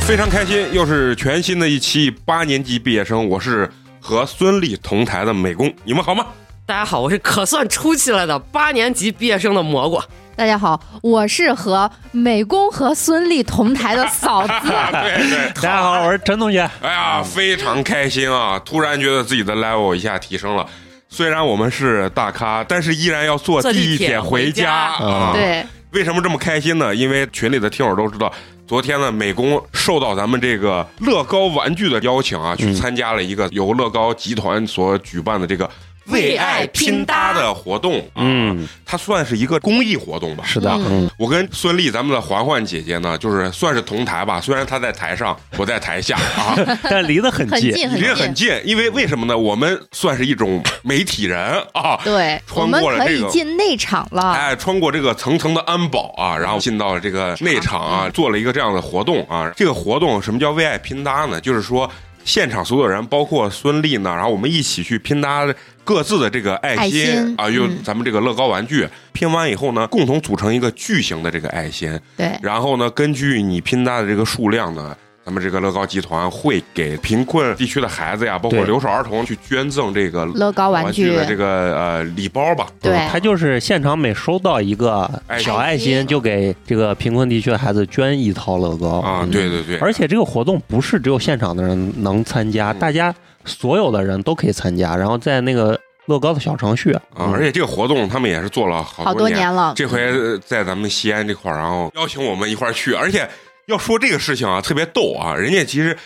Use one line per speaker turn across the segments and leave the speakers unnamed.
非常开心，又是全新的一期八年级毕业生，我是和孙俪同台的美工，你们好吗？
大家好，我是可算出息了的八年级毕业生的蘑菇。
大家好，我是和美工和孙俪同台的嫂子。
啊，对对，
大家好，我是陈同学。
哎呀，非常开心啊！突然觉得自己的 level 一下提升了。虽然我们是大咖，但是依然要坐
坐地
地
铁
铁
回
回
家
家啊。
对，
为什么这么开心呢？因为群里的听友都知道，昨天呢，美工受到咱们这个乐高玩具的邀请啊，去参加了一个由乐高集团所举办的这个为爱拼搭的活动。啊
嗯，
它算是一个公益活动吧。
是的，嗯，
我跟孙俪，咱们的环环姐姐呢，就是算是同台吧，虽然她在台上，我在台下 啊，
但离得嗯很
很
近。嗯
近
离得
近
很。近。因为为什么呢？我们算是一种媒体人啊，
对，我
穿
们
过了
可
这
以
个
进内场了。
哎，穿过这个层层的安保啊，然后进到了这个内场啊，做了一个这样的活动啊。这个活动什么叫为爱拼搭呢？就是说现场所有人，包括孙俪呢，然后我们一起去拼搭各自的这个爱心
爱心
啊，用
嗯
咱们这个乐高玩具拼完以后呢，共同组成一个巨型的这个爱心，
对，
然后呢，根据你拼搭的这个数量呢。咱们这个乐高集团会给贫困地区的孩子呀，包括
对
留守儿童去捐赠这个
乐高玩具
的这个呃礼包吧。
对
嗯他就是现场每收到一个
爱心
小爱心，就给这个贫困地区的孩子捐一套乐高
啊，
嗯
对对对，
而且这个活动不是只有现场的人能参加，
嗯
大家所有的人都可以参加。然后在那个乐高的小程序嗯
啊，而且这个活动他们也是做了好
好
多
多年了。
这回呃在咱们西安这块儿，然后邀请我们一块儿去，而且要说这个事情啊，特别逗啊，人家其实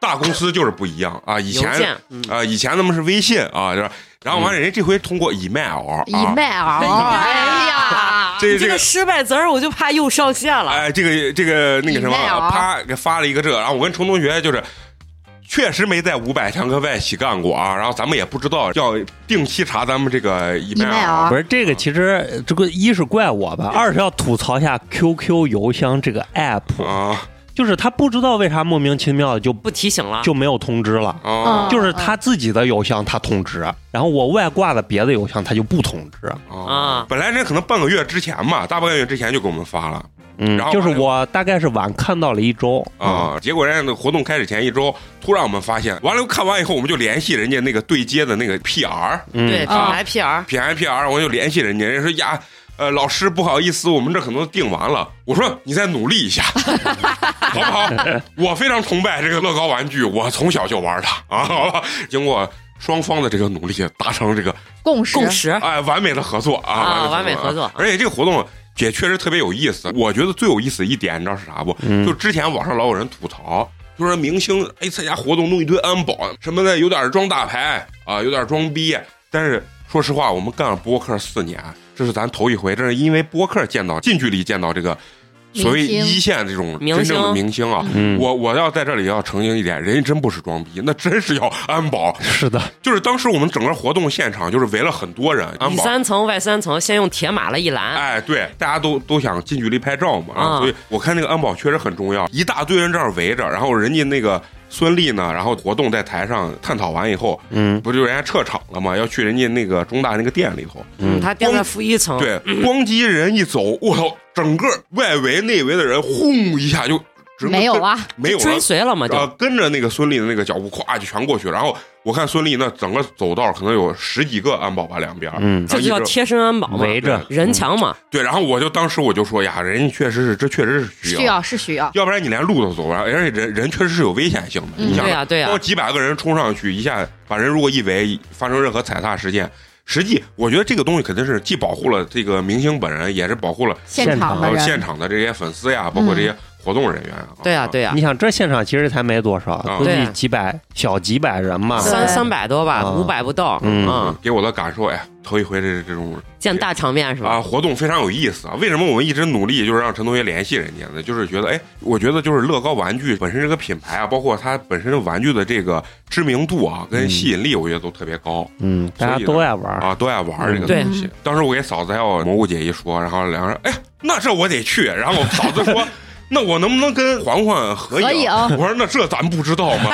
大公司就是不一样啊，以
邮
前
件嗯
啊、，以前他们是微信啊，就是然
嗯
后完了，人家这回通过 email 啊，
以麦尔，
哎
哎呀，
呀，
这
你这
这
个
个
失败子儿，我就怕又上线了。
哎，这个这个那个什么
email
啊，啪给发了一个这个，然后我跟程同学就是。确实没在五百强课外起干过啊，然后咱们也不知道要定期查咱们这个 email，啊
email
不是这个，其实呃这个一是怪我吧，
嗯
二是要吐槽一下 QQ 邮箱这个 app，
啊
就是他不知道为啥莫名其妙的就
不提醒了，
就没有通知了。
啊
嗯
就是他自己的邮箱他通知，然后我外挂的别的邮箱他就不通知。
啊
本来人可能半个月之前吧，大半个月之前就给我们发了
嗯
然后
就是我大概是晚看到了一周
啊、结果人家的活动开始前一周，突然我们发现，完了看完以后，我们就联系人家那个对接的那个 PR，
嗯
对，
嗯
品牌 PR，
品牌 PR，我就联系人家，人家说呀。呃，老师，不好意思，我们这可能定完了。我说你再努力一下， 好不好？我非常崇拜这个乐高玩具，我从小就玩它啊。好吧，经过双方的这个努力，达成这个
共识
共识。
哎，完美的合作啊，
啊
合
完美合作
而且这个活动也确实特别有意思。我觉得最有意思一点，你知道是啥不？
嗯
就之前网上老有人吐槽，就说明星哎参加活动弄一堆安保什么的，有点装大牌啊，有点装逼。但是说实话，我们干了播客四年，这是咱头一回，这是因为播客见到近距离见到这个。所谓
明星
一线这种
明
真正的
星嗯
明星啊，我我要在这里要澄清一点，人家真不是装逼，那真是要安保，
嗯是的，
就是当时我们整个活动现场就是围了很多人，安
里
保。
三层外三层，先用铁马了一拦，
哎，对，大家都都想近距离拍照嘛，啊
啊
所以我看那个安保确实很重要，一大堆人这样围着，然后人家那个孙俪呢，然后活动在台上探讨完以后，
嗯
不就人家撤场了嘛，要去人家那个中大那个店里头，
嗯，他垫在负一层，
对，咣叽人一走，我操，整个外围内围的人轰一下就整个
没有
跟
啊，
没有了
追随了嘛，
啊
就，
跟着那个孙俪的那个脚步，咵就全过去。然后我看孙俪那整个走道可能有十几个安保吧，两边儿，
嗯
然后
这
一
就叫
直
贴身安保嘛，
围着
人墙嘛，
对。然后我就当时我就说呀，人家确实是，这确实是需要，
需要是需要，
要不然你连路都走不了，而且人人确实是有危险性的。
嗯
你想，
对呀对呀
光几百个人冲上去，一下把人如果一围，发生任何踩踏事件。实际，我觉得这个东西肯定是既保护了这个明星本人，也是保护了
现场的
呃
人，
现场的这些粉丝呀，包括这些活动人员啊。
嗯对呀对呀
你，想这现场其实才没多少，估
对
计几百小几百人嘛。
对
三三百多吧，
啊
五百不到，
嗯
嗯，
给我的感受，哎呀，头一回这这种
见大场面是吧？
啊，活动非常有意思啊！为什么我们一直努力就是让陈同学联系人家呢？就是觉得，哎，我觉得就是乐高玩具本身这个品牌啊，包括它本身的玩具的这个知名度啊，跟吸引力，我觉得都特别高、
嗯，大家都爱玩。
啊，都爱玩这个
对
东西。当时我给嫂子还有蘑菇姐一说，然后两个人，哎，那这我得去。然后我嫂子说。 那我能不能跟环环合影？
合影
我说那这咱不知道吗？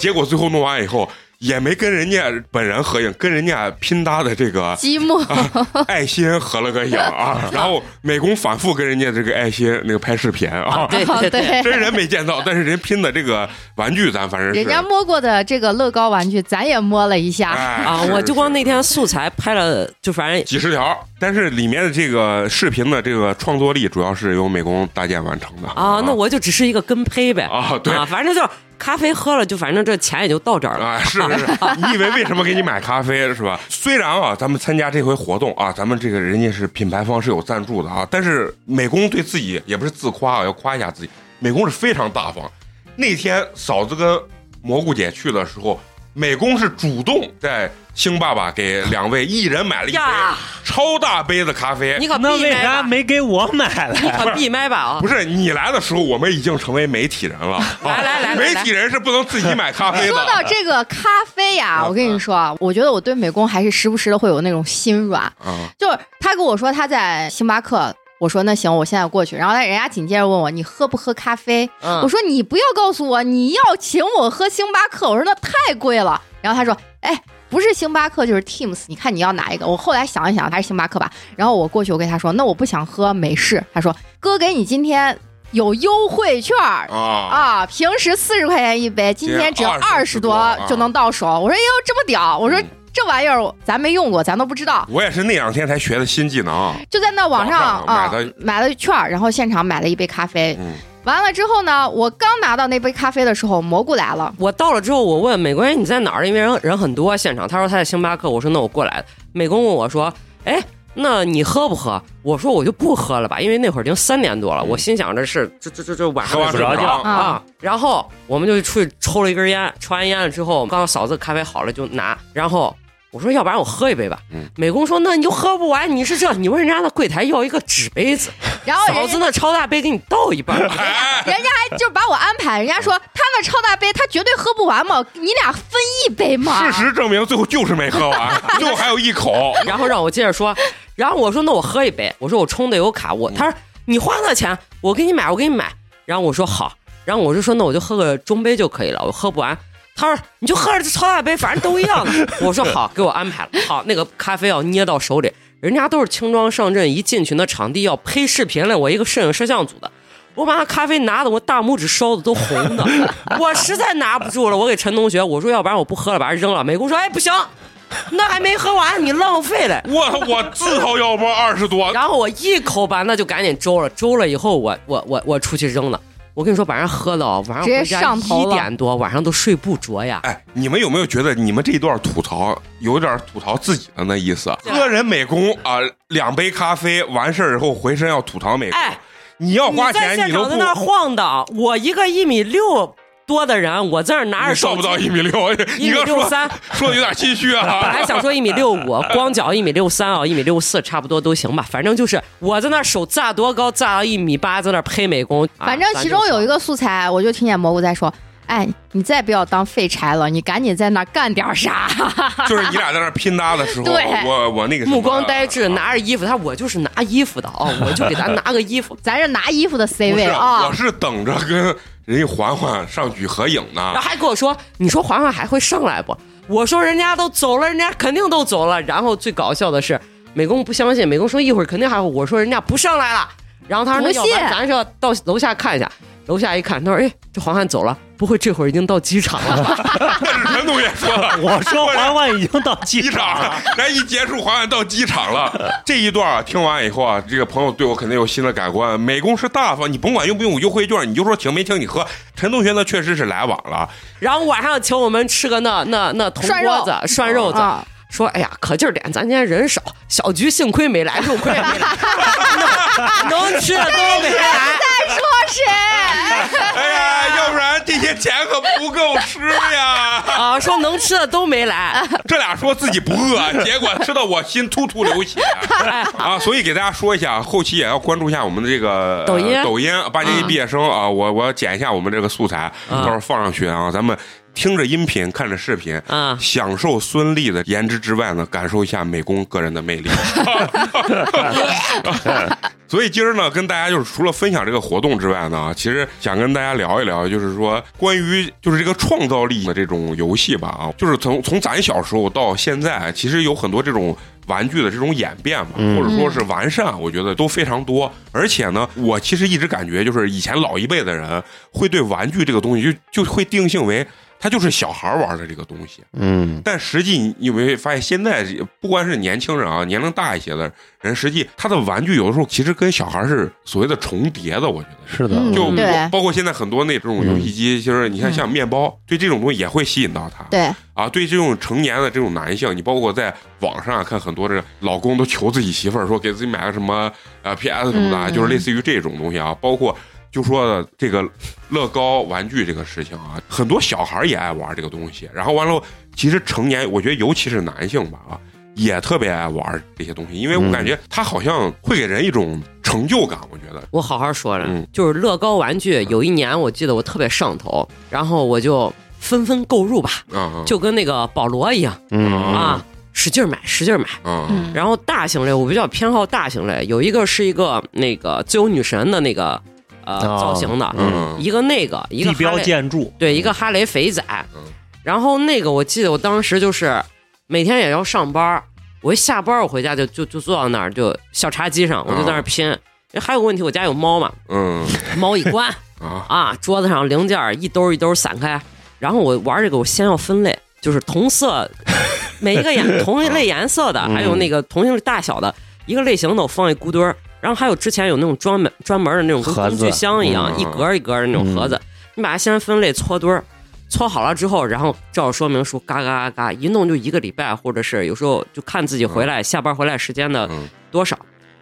结果最后弄完以后，也没跟人家本人合影，跟人家拼搭的这个
积木，
爱心合了个影 啊，然后美工反复跟人家这个爱心那个拍视频 啊，
对对对，
真人没见到，但是人拼的这个玩具咱反正是
人家摸过的这个乐高玩具，咱也摸了一下。
哎
啊，
是
我就是光那天素材拍了，就反正
几十条，但是里面的这个视频的这个创作力主要是由美工搭建完成的
啊，那我就只是一个跟胚呗
啊对
啊，反正就是咖啡喝了，就反正这钱也就到这儿了。
啊，是 是，是，你以为为什么给你买咖啡是吧？虽然啊，咱们参加这回活动啊，咱们这个人家是品牌方是有赞助的啊，但是美工对自己也不是自夸啊，要夸一下自己，美工是非常大方。那天嫂子跟蘑菇姐去的时候，美工是主动在星爸爸给两位一人买了一杯
呀
超大杯的咖啡。
你可
那
闭
为
麦吧，
啥没给我 买来？
可闭麦吧啊
不！是你来的时候，我们已经成为媒体人了。啊
来来来来
媒
来
体人是不能自己买咖啡的。
说到这个咖啡呀，
啊
我跟你说啊，我觉得我对美工还是时不时的会有那种心软。
啊，
就是他跟我说他在星巴克，我说那行，我现在过去。然后人家紧接着问我你喝不喝咖啡？
嗯
我说你不要告诉我你要请我喝星巴克，我说那太贵了。然后他说，哎，不是星巴克就是 Teams，你看你要哪一个？我后来想一想，还是星巴克吧。然后我过去，我跟他说，那我不想喝美式。他说，哥给你今天有优惠券儿。
啊
啊，平时四十块钱一杯，今天只要二
20
十
多
多
啊
就能到手。我说哟，哎这么屌！我说、
嗯
这玩意儿咱没用过，咱都不知道。
我也是那两天才学的新技能。
就在那网上
网上
啊
买的
买了券儿，然后现场买了一杯咖啡。
嗯，
完了之后呢，我刚拿到那杯咖啡的时候，蘑菇来了。
我到了之后，我问美工人你在哪儿，因为人人很多，现场他说他在星巴克，我说那我过来了。美工问我说，哎，那你喝不喝？我说我就不喝了吧，因为那会儿已经三点多了，我心想着是这这这这晚
嗯
上
喝完
睡
睡不
睡不着
着
觉
啊
啊，然后我们就出去抽了一根烟，抽完烟了之后，刚刚嫂子咖啡好了就拿，然后我说要不然我喝一杯吧。
嗯
美工说那你就喝不完，你是这，你问人家那柜台要一个纸杯子，
然后
嫂
人
子
家
那超大杯给你倒一半。
哎
人家还就把我安排，人家说他那超大杯他绝对喝不完嘛，你俩分一杯嘛。
事实证明，最后就是没喝完， 最后还有一口。
然后让我接着说，然后我说那我喝一杯，我说我充的有卡，我他说你花那钱，我给你买，我给你买。然后我说好，然后我就说那我就喝个中杯就可以了，我喝不完。他说你就喝着这超大杯，反正都一样的。 我说好，给我安排了。好，那个咖啡要捏到手里，人家都是轻装上阵，一进去那场地要拍视频了，我一个摄影摄像组的。我把那咖啡拿的，我大拇指烧的都红的， 我实在拿不住了。我给陈同学我说，要不然我不喝了，把它扔了。美工说，哎，不行， 那还没喝完，你浪费了。
我我自掏腰包二十多，
然后我一口把那就赶紧周了，周了以后我我我我出去扔了。我跟你说，把人喝到晚上
直接
回家
上头
一
了
点多，晚上都睡不着呀。
哎，你们有没有觉得你们这一段吐槽有点吐槽自己的那意思？啊
对
喝人美工啊、两杯咖啡完事儿以后回身要吐槽美工，
哎，
你要哦花
在
钱
现
你都
场
不
在那儿晃荡，我一个一米六多的人，我在那儿拿
你到
着手
不
机，
到一米六，
一
你
米
刚
六
说
三，
说的有点心 虚
本
啊。
来想说一米六 五，光脚一米六三啊，一米六四差不多都行吧。反正就是我在那儿手炸多高，炸到一米八，在那儿拍美工。啊
反正其中有一
个，
个素材，我就听见蘑菇在说。哎，你再不要当废柴了，你赶紧在那儿干点啥？
就是你俩在那儿拼搭的时候，
对
我我那个什么啊
目光呆滞，拿着衣服，他我就是拿衣服的啊、我就给他拿个衣服。
咱是拿衣服的 C
不
位
是，
啊
我！是等着跟人家环环上去合影呢
然。后还跟我说：“你说环环还会上来不？”我说：“人家都走了，人家肯定都走了。”然后最搞笑的是，美工不相信，美工说一会儿肯定还会。我说：“人家不上来了。”然后他说：“
不
那要不然
信
咱是要到楼下看一下。”楼下一看，他说：“哎，这环环走了，不会这会儿已经到机场了 吧？
但是陈同学说了，
我说环环已经到机
机
场了，
场，咱一结束好像到机场了。这一段啊听完以后啊，这个朋友对我肯定有新的改观。美工是大方，你甭管用不用优惠券，你就说请没请你喝。陈同学呢，确实是来晚了，
然后晚上请我们吃个那那那铜
涮
锅
肉
子、涮肉子。
啊，
说：“哎呀，可劲儿点，咱今天人少，小菊幸亏没来，肉亏也没来， 能能吃的都没 来。”
在哎说谁？
哎呀，要不然这些钱可不够吃呀。
啊，说能吃的都没来，
这俩说自己不饿，结果吃的我心突突流血 啊！所以给大家说一下，后期也要关注一下我们的这个呃
抖音嗯
抖音八年级毕业生啊，我我要剪一下我们这个素材，到时候放上去啊，咱们听着音频，看着视频，
啊，
享受孙俪的颜值之外呢，感受一下美工个人的魅 力。所以今儿呢，跟大家就是除了分享这个活动之外呢，其实想跟大家聊一聊，就是说关于就是这个创造力的这种游戏吧啊，就是从从咱小时候到现在，其实有很多这种。玩具的这种演变嘛，
嗯
或者说是完善，我觉得都非常多。而且呢，我其实一直感觉，就是以前老一辈的人会对玩具这个东西就就会定性为它就是小孩玩的这个东西。
嗯
但实际你你有没有发现，现在不光是年轻人啊，年龄大一些的人，实际他的玩具有的时候其实跟小孩是所谓的重叠的，我觉得是。
是的，
嗯
就
对嗯
包包括现在很多那种游戏机，就是你看像面包，对这种东西也会吸引到他。
对，
啊， 对这种成年的这种男性，你包括在网上啊看很多这老公都求自己媳妇儿说给自己买个什么呃 PS 什么的啊，
嗯
就是类似于这种东西啊，包括。就说的这个乐高玩具这个事情啊，很多小孩儿也爱玩这个东西。然后完了，其实成年，我觉得尤其是男性吧啊，也特别爱玩这些东西，因为我感觉它好像会给人一种成就感。我觉得，
我好好说了，
嗯
就是乐高玩
嗯
具，有一年我记得我特别上头，然后我就纷纷购入吧，
啊，
哦
就跟那个保罗一样
嗯
啊，使劲买，使劲买。
啊，
嗯
然后大型类，我比较偏好大型类，有一个是一个那个自由女神的那个呃、
哦
造型的，
嗯
一个那个一个
地
哈
标
雷
建筑，
对，一个哈雷肥仔。
嗯
然后那个我记得我当时就是每天也要上班儿，我一下班儿我回家就就就坐到那儿就小茶几上，我就
哦
在那儿拼。因为还有个问题，我家有猫嘛，
嗯
猫一关
啊，
啊，桌子上零件儿一兜儿一兜儿散开，然后我玩这个我先要分类，就是同色，每一个 颜同一类颜色的，
嗯
还有那个同一类大小的一个类型的我放一孤堆儿，然后还有之前有那种专门专门的那种跟
盒
工
子嗯
具箱一样，
嗯
一格儿一格儿的那种盒子，你把它先分类搓堆儿。搓好了之后，然后照着说明书嘎嘎嘎嘎一弄就一个礼拜，或者是有时候就看自己回
嗯
来、下班回来时间的
嗯
多少，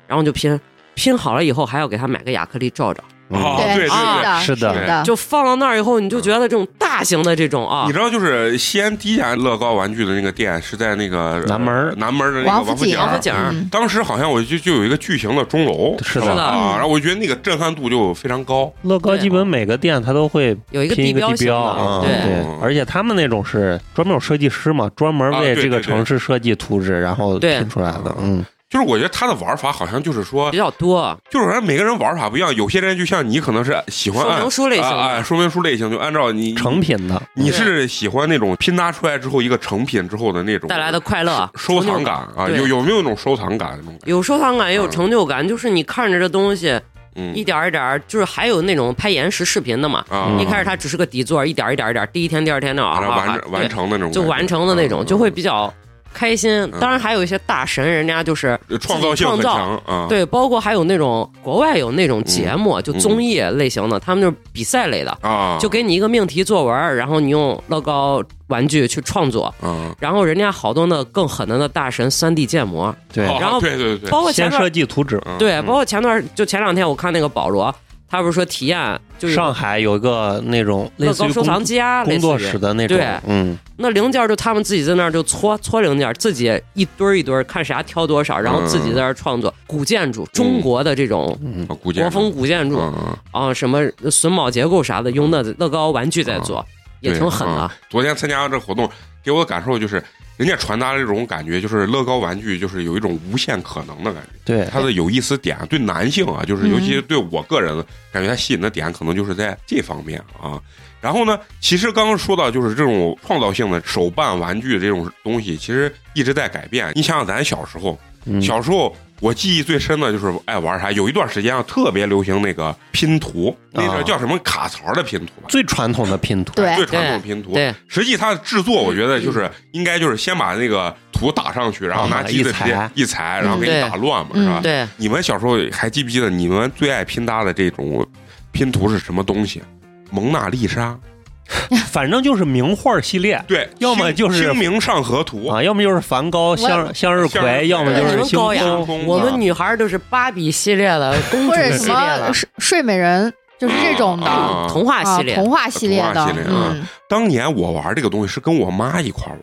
然后就拼拼好了以后还要给它买个亚克力罩罩，
哦
嗯
对对
对
的，
是的
的，
就放到那儿以后，你就觉得这种大型的这种啊
你，知道，就是西安第一家乐高玩具的那个店是在那个呃
南门儿
南门儿的那个
王
府
府井
王府井儿
儿当时好像我就就有一个巨型的钟楼，
是
是
的
的，
啊，然后我觉得那个震撼度就非常高。
乐高基本每个店它都会
有一个
拼
地
一个
标
地
性的，
标
嗯
啊，
对
对，而且他们那种是专门有设计师嘛，专门
啊对
为这
对
个
对
城市设计图纸，然后
对
拼出来的，嗯，
就是我觉得它的玩法好像就是说
比，较多。
就是好像每个人玩法不一样，有些人就像你可能是喜欢
说
按
明书类型的
啊，啊说明书类型就按照你
成品的，
你是喜欢那种拼搭出来之后一个成品之后的那种
带来的快乐、
收
成
藏
就，
感啊，
对
有有没有那种收藏感那种感觉？
有收藏感也有
嗯
成就感，就是你看着这东西一
嗯
点儿一点儿，就是还有那种拍延时视频的嘛。
啊，
一开始它只是个底座，一点儿一点儿一点儿，第一天、第二天那
啊
样啊
完
啊
完
对
成的那种感觉，
就完成的那种，
嗯
就会比较开心。
嗯
当然还有一些大神，人家就是
嗯创造性
自
很
己创造
强啊，
对，包括还有那种国外有那种节
嗯
目，就综艺类型的，他们就是比赛类的，
啊，
就给你一个命题作文，然后你用乐高玩具去创作。
啊，
然后人家好多那更狠的那大神三 D 建模，
对，
哦
然后
对对对，
包括前
先
段
设计图纸。
嗯
对，
嗯
包括前段就前两天我看那个保罗，他不是说体验就是
上海有一个那种类
乐
似
高
于
收藏
工
家类
工
似
作
于
室的那种
对，
嗯，
那零件就他们自己在那儿就搓搓零件，自己一堆儿一堆儿看啥挑多少，
嗯
然后自己在那儿创作、古建筑，中国的这种
啊古建
国风古建筑、
嗯嗯
啊，什么榫卯结构啥的，用的乐高玩具在做，也
啊对
挺狠的
啊。昨天参加这个活动，给我的感受就是，人家传达这种感觉，就是乐高玩具就是有一种无限可能的感觉。
对，
它的有意思点对男性啊，就是
嗯
尤其对我个人感觉它吸引的点，可能就是在这方面啊。然后呢，其实刚刚说到就是这种创造性的手办玩具这种东西，其实一直在改变。你想想咱小时候，
嗯
小时候我记忆最深的就是爱玩啥，有一段时间啊特别流行那个拼图，那个
啊
叫什么卡槽的拼图吧，
最传统的拼图，
对
最传统的拼图。
对，
实际它的制作，我觉得就是应该就是先把那个图打上去，然后拿
啊
机子
一
直
裁
接一裁，然后给
嗯
你
对
打乱嘛，
嗯
是吧？
对，
你们小时候还记不记得你们最爱拼搭的这种拼图是什么东西？蒙娜丽莎，
反正就是名画系列
对，
要么就是
清明上河图
啊，要么就是梵高、向向
向
日
日葵
葵，要么就
你
是
们
星
高雅
空，
空
我
啊
们女孩儿就是芭比系列的、
嗯
公
或
主系
者什
列
么
的、
睡睡美人，就是这种的
啊
啊，
啊
童话系列
童话系列
童
的
话系列，
嗯，
当年我玩这个东西是跟我妈一块儿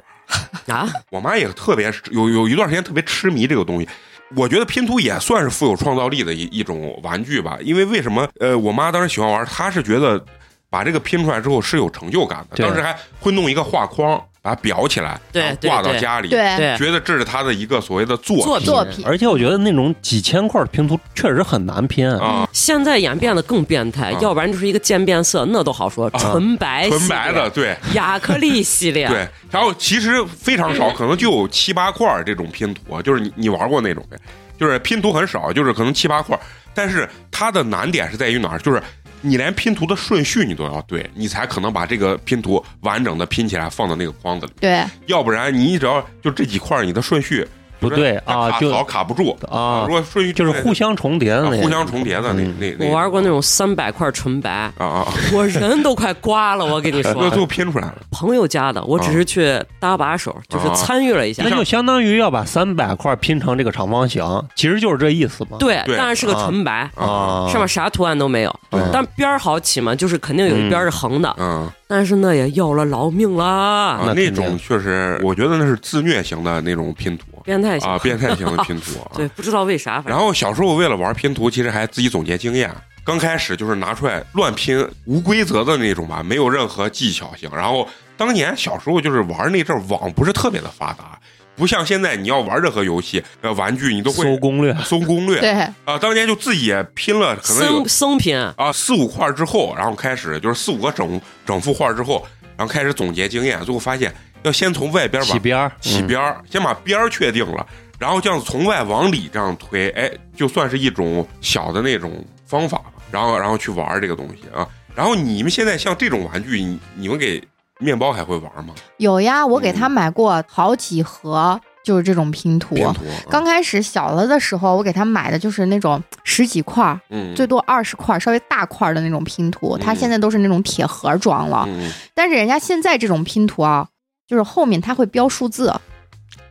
玩，
啊，
我妈也特别有有一段时间特别痴迷这个东西。我觉得拼图也算是富有创造力的一一种玩具吧，因为为什么？呃，我妈当时喜欢玩，她是觉得把这个拼出来之后是有成就感的。
对
当时还会弄一个画框，把它裱起来，
对
然后
对
挂到
对
家里，
对，
对，
觉得这是他的一个所谓的作
作品
作品
而且我觉得那种几千块的拼图确实很难拼啊。
啊，
现在演变得更变态，
啊
要不然就是一个渐变色，那都好说，纯白、
纯白的，、对。
亚克力系列，
对，然后其实非常少，可能就有七八块儿这种拼图啊，就是你你玩过那种呗，就是拼图很少，就是可能七八块儿，但是它的难点是在于哪儿？就是你连拼图的顺序你都要对，你才可能把这个拼图完整的拼起来放到那个框子里，
对，
要不然你只要就这几块儿你的顺序
不对
它
啊
卡
就
槽卡不住
啊
如果顺序
就是
对
互相重叠的嗯
啊
那个，
互相重叠的那那那，
我玩过那种三百块纯白，
啊啊，啊
我人都快刮了，我跟你
那最
说，
后拼出来了，
朋友家的，我只是去搭把手，就是参与了一下
那。就相当于要把三百块拼成这个长方形，其实就是这意思嘛。
对，
对
但是是个
啊
纯白，
啊，
上面啥图案都没有，但边儿好起嘛，就是肯定有一边是横的，
嗯。
但是那也要了老命啦，
啊，
那
那
肯定
种确实，我觉得那是自虐型的那种拼图
变态型
啊，变态型的拼图啊。
对，不知道为啥，反
然
正
后小时候为了玩拼图，其实还自己总结经验。刚开始就是拿出来乱拼，无规则的那种吧，没有任何技巧性。然后当年小时候就是玩那阵儿网不是特别的发达，不像现在你要玩任何游戏，呃，玩具你都会
搜攻略，
搜攻略。
对，
啊，当年就自己也拼了，可能有
生生拼，
啊，四五块儿之后，然后开始就是四五个整整幅画儿之后，然后开始总结经验，最后发现要先从外边儿
起
把
边儿，嗯
起边儿，先把边儿确定了，然后这样从外往里这样推，哎，就算是一种小的那种方法吧，然后然后去玩儿这个东西啊。然后你们现在像这种玩具，你你们给面包还会玩吗？
有呀，我给他买过好几盒，就是这种拼图。
嗯拼图，嗯
刚开始小了的时候，我给他买的就是那种十几块儿，
嗯
最多二十块儿，稍微大块儿的那种拼图。
嗯
他现在都是那种铁盒装了，
嗯
但是人家现在这种拼图啊，就是后面它会标数字，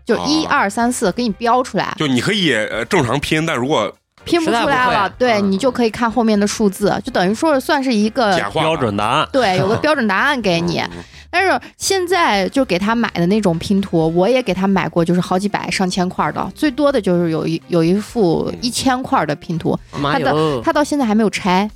就一
啊
二三四给你标出来，
就你可以呃正常拼，但如果
拼不
实
出
在
来
不会
了，对
嗯
你就可以看后面的数字，就等于说是算是一个
简化
标准答嗯案。
对，有个标准答案呃给
给
你。但是现在就给他买的那种拼图，我也给他买过，就是好几百、上千块的，最多的就是有一有一副
嗯
一千块的拼图，
妈哦哟，
他到现在还没有拆，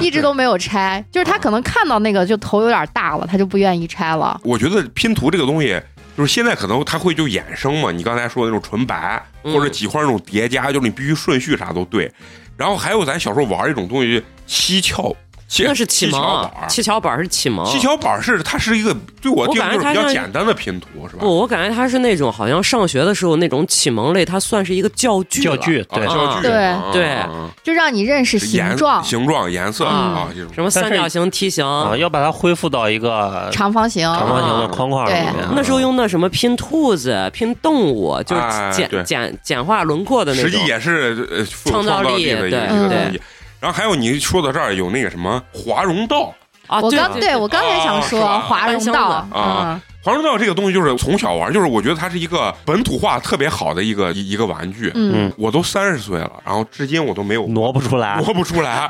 一直都没有拆，就是他可能看到那个就头有点大了，他就不愿意拆了。
我觉得拼图这个东西，就是现在可能它会就衍生嘛，你刚才说的那种纯白，
嗯
或者几块那种叠加，就是你必须顺序啥都对。然后还有咱小时候玩一种东西，七窍，七
那是启
七
蒙
巧板
啊，
儿。
七巧板儿是启蒙。
七巧板儿是它是一个对我
我
定义
感觉
就是
它
比较
像
简单的拼图，是吧？
不，我感觉它是那种好像上学的时候那种启蒙类，它算是一个教具
教
了。
具
啊，
对，
教具，
对
啊
对
啊
就让你认识形
颜
状、
形状、颜色啊
嗯，
这种
什么三
但是
角形、梯形。
啊，要把它恢复到一个
长方形。
长方
啊
形的框框里
对
面。
嗯那时候用那什么拼兔子、拼动物，就是
哎
简、
对
简简化轮廓的那种。
实际也是呃
创造力
力的一个
对
一个东
对
西。然后还有你说到这儿有那个什么华容道，
啊，
我
对
刚
对
我刚才想说
啊是吧
华容
搬箱，
道
子啊
嗯，
黄龙道这个东西就是从小玩，就是我觉得它是一个本土化特别好的一个一一个玩具。
嗯，
我都三十岁了，然后至今我都没有
挪不出
啊
来，
摸不出 来。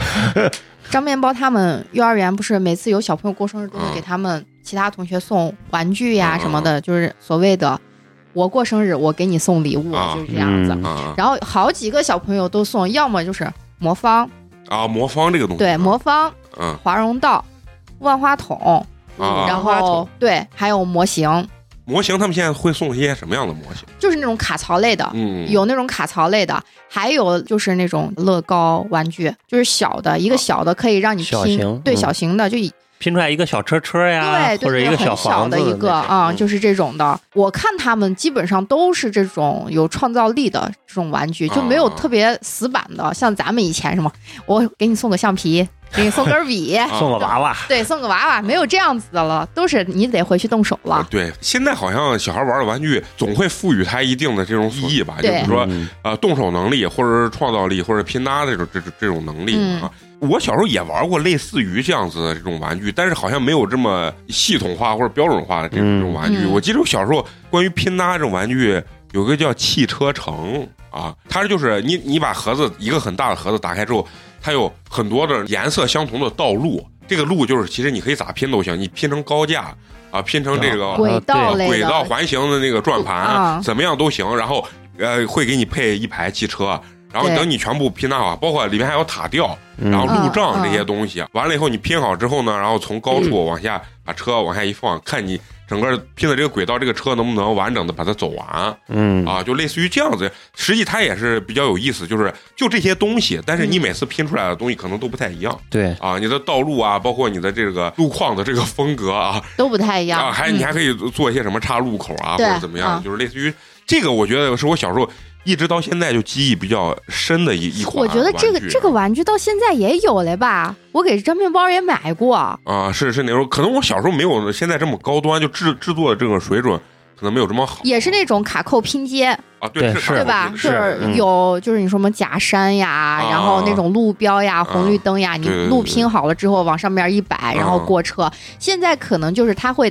张面包他们幼儿园不是每次有小朋友过生日都会给他们其他同学送玩具呀
嗯
什么的，就是所谓的我过生日我给你送礼物，
啊
就是这样子。
嗯
啊
然后好几个小朋友都送，要么就是魔方，
啊！魔方这个东西，
对，魔方、
嗯
华容道、万花筒，
啊，
然
万花
后
筒
对，还有模型，
模型他们现在会送一些什么样的模型？
就是那种卡槽类的。
嗯，
啊有那种卡槽类的，还有就是那种乐高玩具，就是小的一个小的可以让你
小
拼，
型
对
嗯
小型的就以
拼出来一个小车车呀，
对
或者
对
一
对，
个
很
房
小
子
一个
那种
啊、
嗯
就是这种的。我看他们基本上都是这种有创造力的这种玩具，就没有
啊
特别死板的，像咱们以前什么，我给你送个橡皮，给你送根笔，
啊
送个娃娃，
对，送个娃娃，没有这样子的了，都是你得回去 动手了。
对，现在好像小孩玩的玩具总会赋予它一定的这种意义吧，就
对
是说
嗯
呃动手能力，或者是创造力，或者拼搭的这种这种这种能力
嗯
啊。我小时候也玩过类似于这样子的这种玩具，但是好像没有这么系统化或者标准化的这种
嗯
这种玩具。
嗯
我记得我小时候关于拼搭这种玩具，有个叫汽车城啊，它就是你你把盒子一个很大的盒子打开之后，它有很多的颜色相同的道路，这个路就是其实你可以咋拼都行，你拼成高架啊，拼成这个
啊
轨
对
道
啊
类的，
轨道环形的那个转盘，
啊
怎么样都行。然后呃，会给你配一排汽车，然后
对
等你全部拼搭好，包括里面还有塔吊，
嗯
然后路
嗯
障这
嗯
些东西，完了以后你拼好之后呢，然后从高处往下把车往下一放，看你整个拼的这个轨道，这个车能不能完整的把它走完
嗯
啊？就类似于这样子。实际它也是比较有意思，就是就这些东西，但是
嗯
你每次拼出来的东西可能都不太一样
对，
啊。你的道路啊，包括你的这个路况的这个风格啊，
都不太一样。
啊，还
嗯
你还可以做一些什么岔路口啊，或
对
者怎么样，
嗯
就是类似于这个，我觉得是我小时候一直到现在就记忆比较深的一一款
我
玩具。
觉得这个这个玩具到现在也有嘞吧？我给张面包也买过，
啊，是是那时候，可能我小时候没有现在这么高端，就制制作的这个水准可能没有这么好。
也是那种卡扣拼接，
啊，
对
对
是
是
对吧？
是
就
嗯
是有就是你说什么假山呀，
啊
然后那种路标呀、红绿灯呀，你
对对对啊
路拼好了之后往上面一摆，然后过车。现在可能就是它会。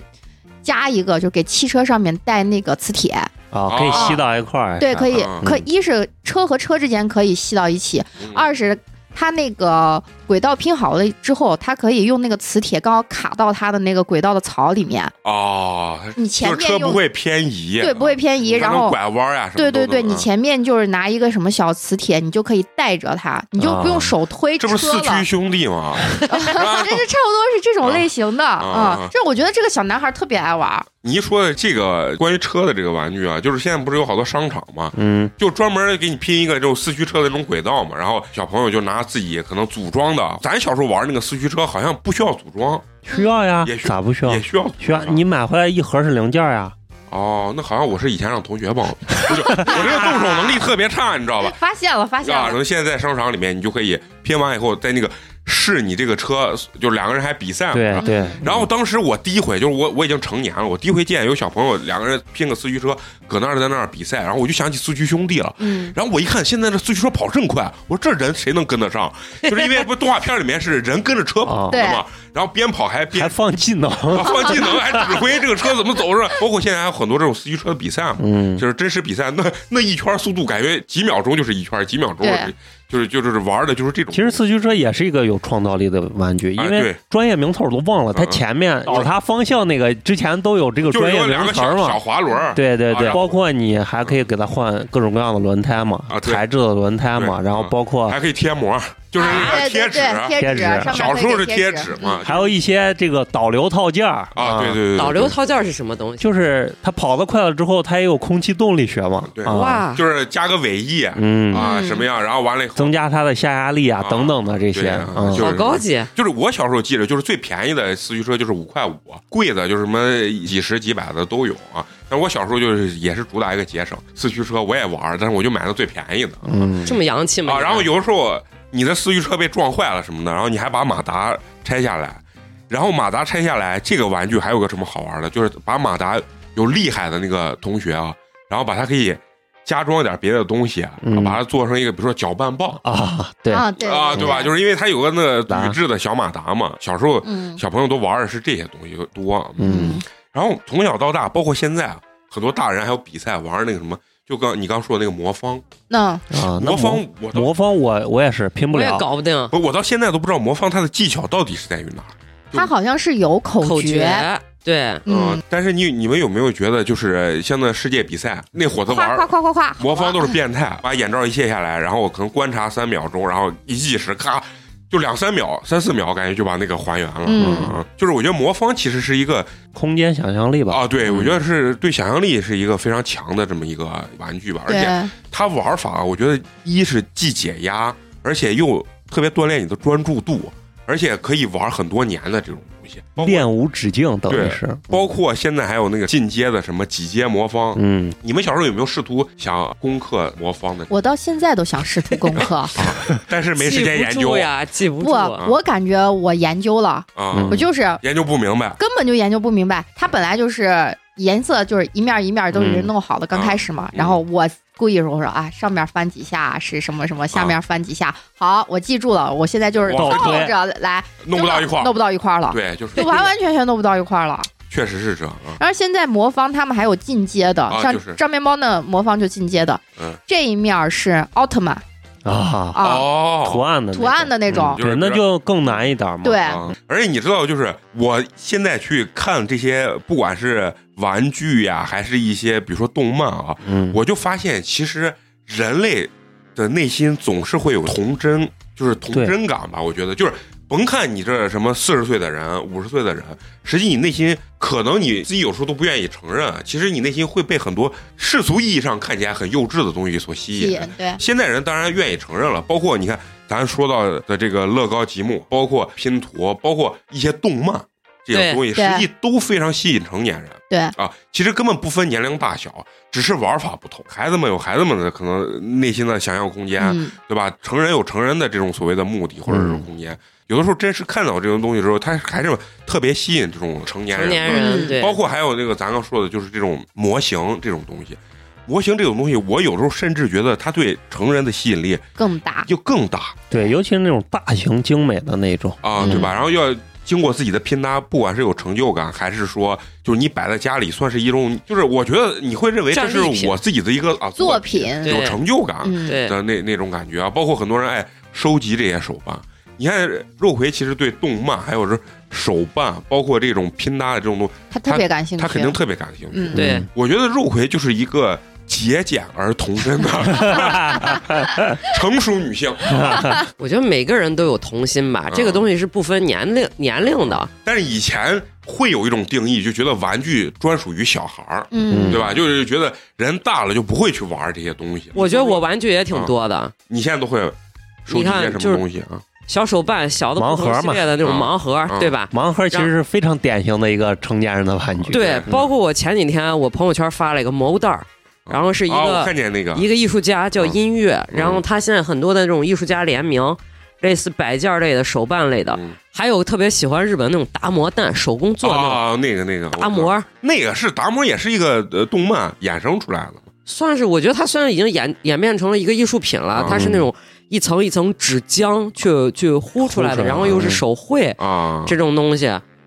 加一个，就给汽车上面带那个磁铁，
啊，可以吸到一块儿，
对，可以
哎嗯，
可一是车和车之间可以吸到一起，
嗯
二是它那个轨道拼好了之后，它可以用那个磁铁刚好卡到它的那个轨道的槽里面，
哦，
你前
就是
面
车不
用
会偏移，啊
对不会偏移，
它
然
能
后
拐弯呀、什么
对
都
对对，
能
你
啊
前面就是拿一个什么小磁铁，你就可以带着它，你就不用手推
啊这
车
不是四
了。
驱 兄弟吗？
反正是差不多是这种类型的
啊
啊。这我觉得这个小男孩特别爱玩，
你一说的这个关于车的这个玩具啊，就是现在不是有好多商场吗？
嗯
就专门给你拼一个这种四驱车的那种轨道嘛，然后小朋友就拿自己可能组装的。咱小时候玩那个四驱车好像不需要组装，
需要呀
也，需
咋不需要
也？需要啊组
需要
装
你买回来一盒是零件儿呀，
哦，那好像我是以前让同学帮我拼，不是我这个动手能力特别差，你知道吧？
发现了，发现
啊，
了
然。后现在在商场里面，你就可以拼完以后，在那个试你这个车，就是两个人还比赛嘛。是
对
吧
对，
然后当时我第一回就是我我已经成年了，我第一回见有小朋友两个人拼个四驱车，搁那儿在那儿比赛，然后我就想起四驱兄弟了。
嗯，
然后我一看，现在这四驱车跑这么快，我说这人谁能跟得上？就是因为不是动画片里面是人跟着车
哦啊
跑的嘛，然后边跑还
还
边
放技能，
啊 放技能，还指挥这个车怎么走着。包括现在还有很多这种四驱车的比赛嘛，
嗯，
就是真实比赛，那那一圈速度感觉几秒钟就是一圈，几秒钟
对
就是就是就是玩的就是这种。
其实四驱车也是一个有创造力的玩具，
哎
因为
对
专业名词我都忘了，它
嗯
前面
就是
导它方向那个之前都有这个
就是
专业
有两
名
个
词
小
儿
小
嘛。
滑轮儿，
对对
啊然
对，
后
包括你还可以给它换各种各样的轮胎嘛
啊，对
材质的轮胎嘛，
对
然后
嗯
包括
还可以贴膜，就是那
啊
个
对对
贴纸。
对，
贴
贴纸，
纸嗯
啊上面
小时候是贴
贴
纸嘛，
还有一些这个导流套件儿
啊，对对对，对
导流套件是什么东西？
就是它跑得快了之后，它也有空气动力学嘛，
对
啊，
哇，
就是加个尾翼啊
嗯，
嗯
什么样，然后完了以后。
增加它的下压力啊
啊
等等的这
对
些
啊，
嗯
就
好
是
高级！
就是我小时候记着，就是最便宜的四驱车就是五块五，贵的就是什么几十几百的都有啊。但我小时候就是也是主打一个节省，四驱车我也玩，但是我就买那最便宜的
嗯，
这么洋气吗？
啊。然后有的时候你的四驱车被撞坏了什么的，然后你还把马达拆下来，然后马达拆下来这个玩具还有个什么好玩的，就是把马达有厉害的那个同学啊，然后把它可以加装点别的东西，啊
嗯
把它做成一个比如说搅拌棒。
啊，对，
啊，对
啊，对吧？就是因为它有个那
达
个铝制的小马达嘛，小时候
嗯
小朋友都玩的是这些东西多。啊
嗯，
然后从小到大，包括现在啊，很多大人还有比赛玩那个什么，就刚你刚说的那个魔方，
哦那
啊，那
魔方我到
魔方我我也是拼不
我也
了，
搞不定
不，我到现在都不知道魔方它的技巧到底是在于哪儿。
他好像是有
口
口诀，
诀，对，
嗯，
但是你你们有没有觉得，就是像那世界比赛那伙子
夸夸
玩
夸夸夸，
魔方都是变态，把眼罩一卸下来，然后我可能观察三秒钟，然后一计时，咔，就两三秒、三四秒，感觉就把那个还原了。
嗯
就是我觉得魔方其实是一个
空间想象力吧，
啊，对，我
嗯
觉得是对想象力是一个非常强的这么一个玩具吧，而且
对，
它玩法，啊我觉得一是既解压，而且又特别锻炼你的专注度，而且可以玩很多年的这种东西，包括
练无止境等于
哦对
是，
包括现在还有那个进阶的什么几阶魔方，
嗯，
你们小时候有没有试图想攻克魔方的？
我到现在都想试图攻克，
但是没时间研
记不
究
住呀，记不住。
我我感觉我研究了，
啊
嗯，
我就是
研究不明白。
根本就研究不明白，它本来就是颜色就是一面一面都是人弄好的，刚开始嘛，然后我。故意说我说啊，上面翻几下是什么什么，下面翻几下。好，我记住了，我现在就是
倒
倒
推
着来，
弄不到一块儿
弄不到一块儿了，
对，就是
就完完全全弄不到一块儿了。
确实是这样啊。
然后现在魔方他们还有进阶的，
啊
像
就是
张面包的魔方就进阶的，
嗯
这一面是奥特曼
啊，
啊，
图
哦，
案的那
图案
种
的那种，
嗯就是
对，那就更难一点嘛，
对，
啊！而且你知道，就是我现在去看这些，不管是玩具呀，还是一些比如说动漫啊，
嗯，
我就发现其实人类的内心总是会有童真，就是童真感吧。我觉得就是。甭看你这什么四十岁的人、五十岁的人，实际你内心可能你自己有时候都不愿意承认，啊其实你内心会被很多世俗意义上看起来很幼稚的东西所吸引。
眼对，
现在人当然愿意承认了，包括你看咱说到的这个乐高积木，包括拼图，包括一些动漫这
对
些东西，实
对
际都非常吸引成年人。
对
啊，其实根本不分年龄大小，只是玩法不同。孩子们有孩子们的可能内心的想象空间，啊
嗯，
对吧？成人有成人的这种所谓的目的或者是空间，有的时候真是看到这种东西之后，他还是特别吸引这种成年
成
人的。
年人
嗯
对，
包括还有那个咱刚说的，就是这种模型这种东西，模型这种东西，我有时候甚至觉得它对成人的吸引力
更大，
就更大
对，尤其是那种大型精美的那种，
啊，
嗯
对吧？然后要经过自己的拼搭，不管是有成就感，还是说就是你摆在家里，算是一种，就是我觉得你会认为这
战利
是
品
我自己的一个啊
作
作
品
对
有成就感，
嗯，
对
的那那种感觉啊，包括很多人爱收集这些手办。你看肉葵其实对动漫还有这手办，包括这种拼搭的这种东西，
他特别感兴趣，
他肯定特别感兴趣。
嗯，
对
嗯
我觉得肉葵就是一个节俭而童真的成熟女性，
我觉得每个人都有童心吧，
嗯
这个东西是不分年龄年龄的。
但是以前会有一种定义，就觉得玩具专属于小孩儿，
嗯，
对吧？就是觉得人大了就不会去玩这些东西。
我觉得我玩具也挺多的，
你现在都会收集
你看
些什
就
么
是
东西啊？
小手办、小的不
盲
同
盒
系
嘛
列的那种
嗯
盲盒，
嗯
对吧？
盲盒其实是非常典型的一个成年人的玩
嗯
具。
对，包括我前几天我朋友圈发了一个蘑菇袋儿，然后是一
啊，我
个
看见那个
一个艺术家叫
嗯
音乐，然后他现在很多的这种艺术家联名，类似摆件儿类的、手办类的，
嗯
还有特别喜欢日本那种达摩蛋，手工做的那种
啊，那个那个
达
我知道
摩，
那个是达摩，也是一个呃动漫衍生出来的嘛。
算是我觉得它虽然已经演演变成了一个艺术品了
嗯，
它是那种一层一层纸浆去去糊出来
糊出
的，
来
然后
嗯
又是手绘
啊，
这种东西。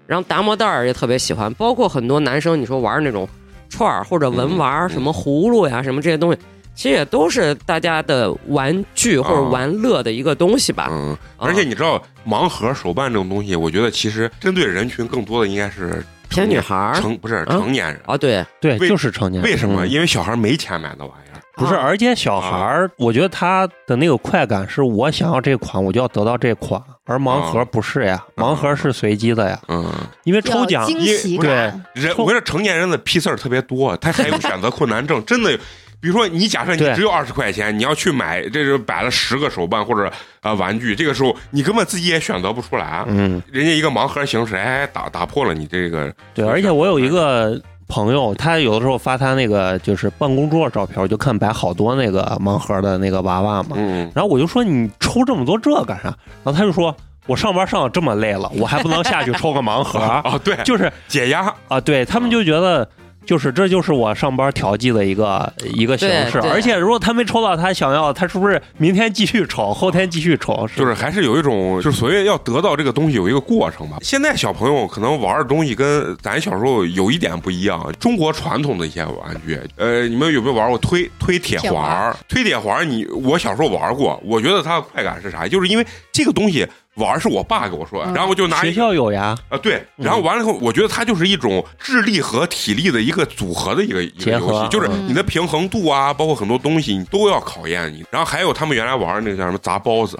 然后达摩袋儿也特别喜欢，包括很多男生，你说玩那种串儿或者文玩儿，
嗯
什么葫芦呀，什么这些东西，其实也都是大家的玩具或者玩乐的一啊个东西吧。
嗯，而且你知道盲盒手办这种东西，我觉得其实针对人群更多的应该是
偏女孩儿
成不是
嗯
成年人。
啊，对，
对，
为
就是成年人。
为什么？
嗯
因为小孩没钱买那玩意儿。
不是，
啊
而且小孩
啊
儿，我觉得他的那个快感是我想要这款，我就要得到这款，而盲盒不是呀，
嗯
盲盒是随机的呀，
嗯，
因为
比较
抽奖
惊喜感，
人我跟你说，成年人的屁事儿特别多，他还有选择困难症， 真的有。比如说，你假设你
对
只有二十块钱，你要去买，这就摆了十个手办或者呃玩具，这个时候你根本自己也选择不出来。啊
嗯，
人家一个盲盒形式，哎，打打破了你这个
对，而且我有一个朋友，他有的时候发他那个就是办公桌照片，我就看摆好多那个盲盒的那个娃娃嘛，
嗯，
然后我就说你抽这么多这干啥？然后他就说我上班上的这么累了，我还不能下去抽个盲盒，
啊，对，
就是
解压，
啊，对他们就觉得。就是，这就是我上班调剂的一个一个形
对
式，
对
而且如果他没抽到他想要，他是不是明天继续抽，后天继续抽？是
就是还是有一种，就是所谓要得到这个东西有一个过程吧。现在小朋友可能玩的东西跟咱小时候有一点不一样，中国传统的一些玩具，呃，你们有没有玩过推推铁
铁环
环儿？推铁环儿你，我小时候玩过，我觉得它的快感是啥？就是因为这个东西玩儿是我爸给我说，
嗯
然后我就拿
学
一个啊、
校嗯有呀，
对，然后完了以后，我觉得它就是一种智力和体力的一个组合的一个一个
结合
游戏，就是
嗯
你的平衡度啊，包括很多东西你都要考验你。然后还有他们原来玩的那个叫什么砸包子、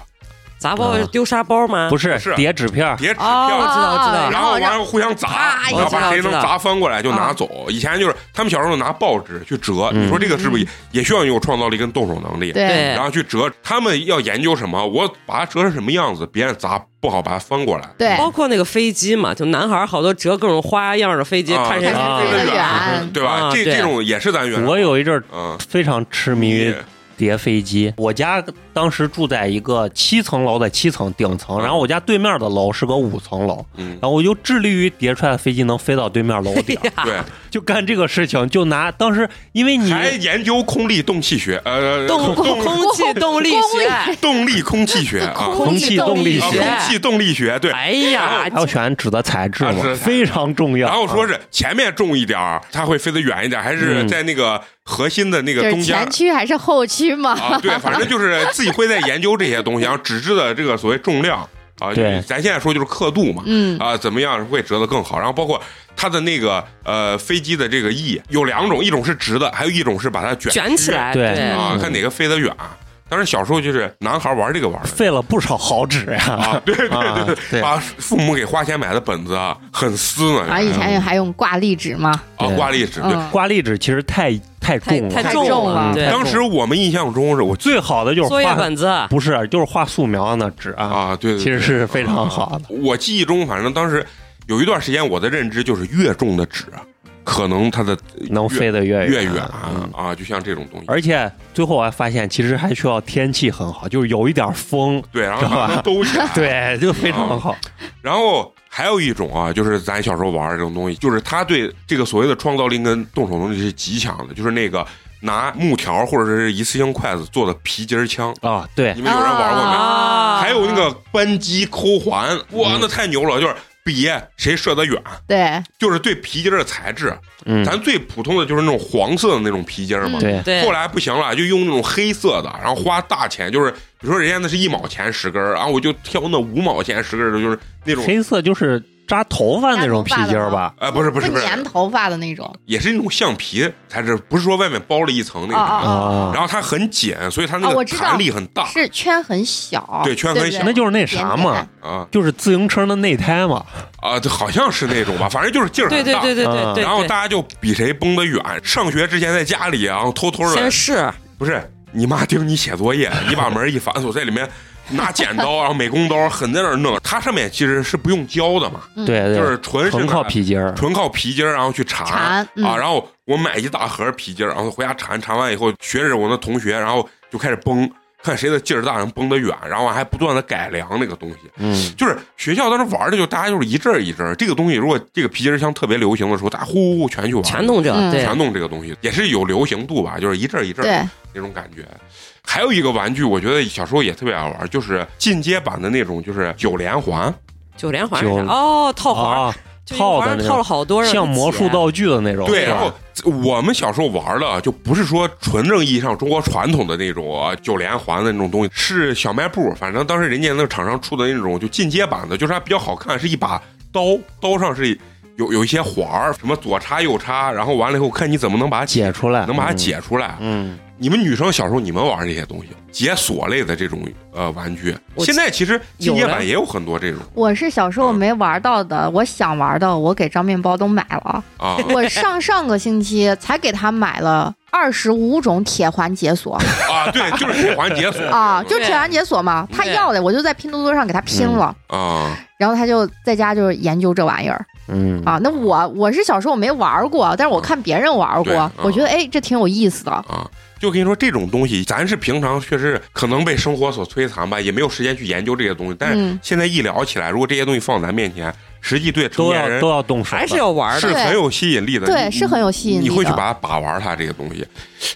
砸包是丢沙包吗？
不
嗯是，
是
嗯是
叠纸片儿，
叠纸票
哦，我知道，我知
啊
道。
然后完了互相砸，
啪
然后把谁
我知
能
道我知道
砸翻过来就拿走。以前就是他们小时候拿报纸去折，
嗯
你说这个是不是也需要有创造力跟动手能力？
对
对
然后去折，他们要研究什么，我把它折成什么样子，别人砸不好把它翻过来。
对，
包括那个飞机嘛，就男孩儿好多折各种花样的飞机，
啊
看谁
看
啊
谁
飞
飞
得
得
对嗯
远，
对吧？
啊
这
对
这种也是咱原来
我有一阵儿
嗯
非常痴迷于叠飞机。我家当时住在一个七层楼的七层顶层，然后我家对面的楼是个五层楼，
嗯
然，后我就致力于叠出来的飞机能飞到对面楼顶，
哎
对，
就干这个事情，就拿当时因为你
还研究空力动气学，呃，
动
动
空气动力
公
学，
动力空气学啊，
空
空气动力
啊
学
空气动力学对。
哎
然
呀，
还要选纸的材质
啊
嘛
是，的
非常重要。
然后说是前面重一点儿，它会飞得远一点儿，还是
嗯
在那个核心的那
就
个中
是
间儿
前驱还是后驱嘛？
啊？对，反正就是自己会在研究这些东西，然后纸质的这个所谓重量啊，
对
咱现在说就是刻度嘛。
嗯，
啊，怎么样会折得更好？然后包括它的那个呃飞机的这个翼有两种，一种是直的，还有一种是把它卷
卷起来，
对
啊，
嗯
看哪个飞得远。当时小时候就是男孩玩这个玩的
费了不少好纸呀、啊。
啊，对对
啊
对，
对
把父母给花钱买的本子啊，很撕呢，嗯
啊，以前也还用挂历纸嘛，
啊
对
挂历纸。对，
嗯，
挂历纸其实太太重了，
太
太重了
嗯
对
太重
当时我们印象中是我
最好的就是
作业
画，
本子，
不是就是画素描那纸啊，
啊，对，对啊
其实是非常好的。
我记忆中，反正当时有一段时间，我的认知就是越重的纸啊，可能它的
能飞得越
越
远
远啊
嗯
啊，就像这种东西。
而且最后我还发现，其实还需要天气很好，就是有一点风，
对，然后把它兜起来。，
对，就非常好。
然后还有一种啊，就是咱小时候玩儿这种东西，就是他对这个所谓的创造力跟动手能力是极强的，就是那个拿木条或者是一次性筷子做的皮筋儿枪，
啊，对
你，们有人玩过没有？
啊
还有那个扳机扣环，哇
嗯，
那太牛了！就是比谁射得远，啊
对，
就是对皮筋儿的材质。啊
嗯，
咱最普通的就是那种黄色的那种皮筋儿嘛，
嗯
对，
对
后，来不行了，就用那种黑色的，然后花大钱，就是比如说人家那是一毛钱十根儿，然后我就挑那五毛钱十根儿的，就是那种，
黑色就是扎头发那种皮筋儿吧？
哎、不是不
不
是不是，
粘头发的那种，
也是那种橡皮材质，不是说外面包了一层那
哦
个
哦
啥，
啊，
然后它很紧，所以它那
啊我
个
知道
弹力很大
是圈很小，
对圈很
不
小
那就是那啥嘛
扁，
啊
就是自行车的内胎嘛。
啊，这好像是那种吧，反正就是劲儿
对
很
对
大。
对对对对，
嗯然后
对
大家就比谁蹦得远。上学之前在家里啊，然后偷偷的
先试，
不是你妈盯你写作 业，你把门一反锁，在里面拿剪刀，然后美工刀狠在那儿弄。它上面其实是不用胶的嘛，
嗯
对
就是
对，
纯是
纯靠皮筋儿。
纯靠皮筋儿，然后去缠
缠嗯
啊。然后我买一大盒皮筋儿，然后回家缠，缠完以后学着我那同学，然后就开始崩。看谁的劲儿大，能崩得远，然后还不断的改良那个东西，
嗯，
就是学校当时玩的，就大家就是一阵儿一阵儿。这个东西如果这个皮筋儿枪特别流行的时候，大家呼呼呼全去玩，
全弄这，
嗯
对
全弄这个东西，也是有流行度吧，就是一阵儿一阵儿
对，
那种感觉。还有一个玩具，我觉得小时候也特别爱玩，就是进阶版的那种，就是九连环。
九连环是
九
啥哦，套环，
啊，
就一个环
套的那
套了好多人，
像魔术道具的那种。
对，
哦是吧
然后我们小时候玩的就不是说纯正意义上中国传统的那种啊九连环的那种东西，是小卖部，反正当时人家那个厂商出的那种就进阶版的，就是它比较好看，是一把刀，刀上是有有一些环儿，什么左插右插，然后完了以后看你怎么能把它
解出来
能把它。解出来。
嗯，
你们女生小时候你们玩这些东西，解锁类的这种呃玩具，
我
现在其实进阶
有
版
了
也有很多这种
我是小时候没玩到的，我想玩的，我给张面包都买 了。
啊
我上上个星期才给他买了二十五种铁环解锁
啊，对，就是铁环解锁
啊，就是
对
铁环解锁嘛，他要的我就在拼多多上给他拼了，
啊，
然后他就在家就是研究这玩意儿
嗯
啊。那我我是小时候没玩过，但是我看别人玩
嗯对
过
嗯，
我觉得哎这挺有意思的。
啊。就跟你说，这种东西，咱是平常确实可能被生活所摧残吧，也没有时间去研究这些东西。但是
嗯
现在一聊起来，如果这些东西放咱面前，实际对成
都
年
要
人
都要动手的，
还是要玩
是
的，
对
很有吸引力的。
对，
你
是很有吸引力
你
的。
会去把它把玩它这个东西。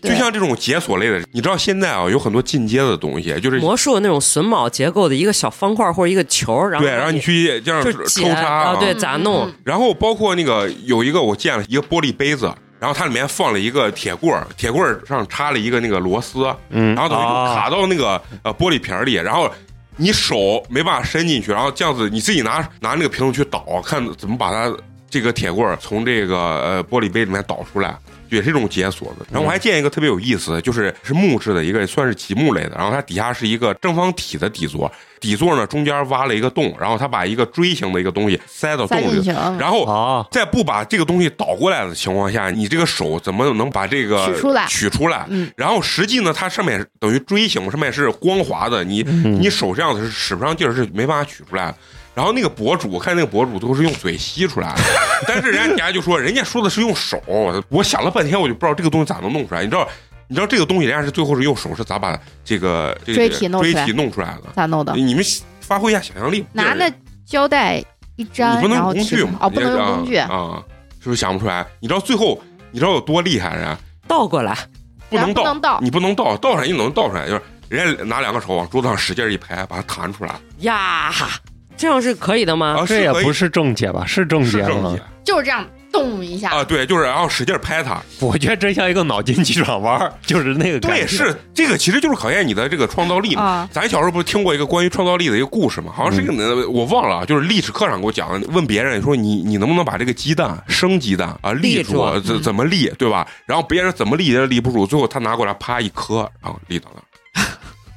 对
就像这种解锁类的，你知道现在啊，有很多进阶的东西，就是
魔术那种榫卯结构的一个小方块或者一个球，然后
对，然后你去这样
就是
抽
解
插
啊，对，
嗯
咋弄？
嗯
然后包括那个有一个我见了一个玻璃杯子，然后它里面放了一个铁棍儿，铁棍儿上插了一个那个螺丝，
嗯，
然后等于就卡
啊
到那个呃玻璃瓶儿里，然后你手没办法伸进去，然后这样子你自己拿拿那个瓶子去倒，看怎么把它这个铁棍儿从这个呃玻璃杯里面倒出来。也是一种解锁的，然后我还见一个特别有意思的，就是是木质的一个，算是积木类的，然后它底下是一个正方体的底座，底座呢中间挖了一个洞，然后它把一个锥形的一个东西塞到洞
塞进
里
去，，嗯
然后
啊，
在不把这个东西倒过来的情况下，你这个手怎么能把这个
取出来
取出来
嗯
然后实际呢，它上面等于锥形，上面是光滑的，你、
嗯
你手这样子是使不上劲儿，是没办法取出来的。然后那个博主，我看那个博主都是用嘴吸出来的，但是人家底下就说，人家说的是用手，我想了半天，我就不知道这个东西咋能弄出来。你知道，你知道这个东西，人家是最后是用手是咋把这个这个
锥体弄出
锥
来
体弄出来的？
咋弄的？
你们发挥一下想象力，
拿
这人
那胶带一
你
粘，
不能
然
用
后
工
取
具
出
嘛？
哦，不能用工具
啊、啊是不是想不出来？你知道最后你知道有多厉害人？啊
倒过来，
不能
然后不
倒，
能倒
你不能倒，倒上你能倒出来，就是人家拿两个手往桌子上使劲一拍，把它弹出来，
呀，这样是可以的吗？
啊，
这
是
也
可以
不是正解吧？是正啊
是
解
正
吗
解？
就是这样动一下
啊，。对，就是然后使劲拍它，
我觉得真像一个脑筋急转弯儿， 就是那个感
对，
觉
是这个，其实就是考验你的这个创造力嘛。
啊
咱小时候不是听过一个关于创造力的一个故事吗？好像是一个、
嗯
我忘了啊，就是历史课上给我讲的。问别人说你你能不能把这个鸡蛋生鸡蛋啊立
立
住
住
啊，怎怎么 立对吧？然后别人怎么立也立不住，最后他拿过来啪一磕，然后立到那儿。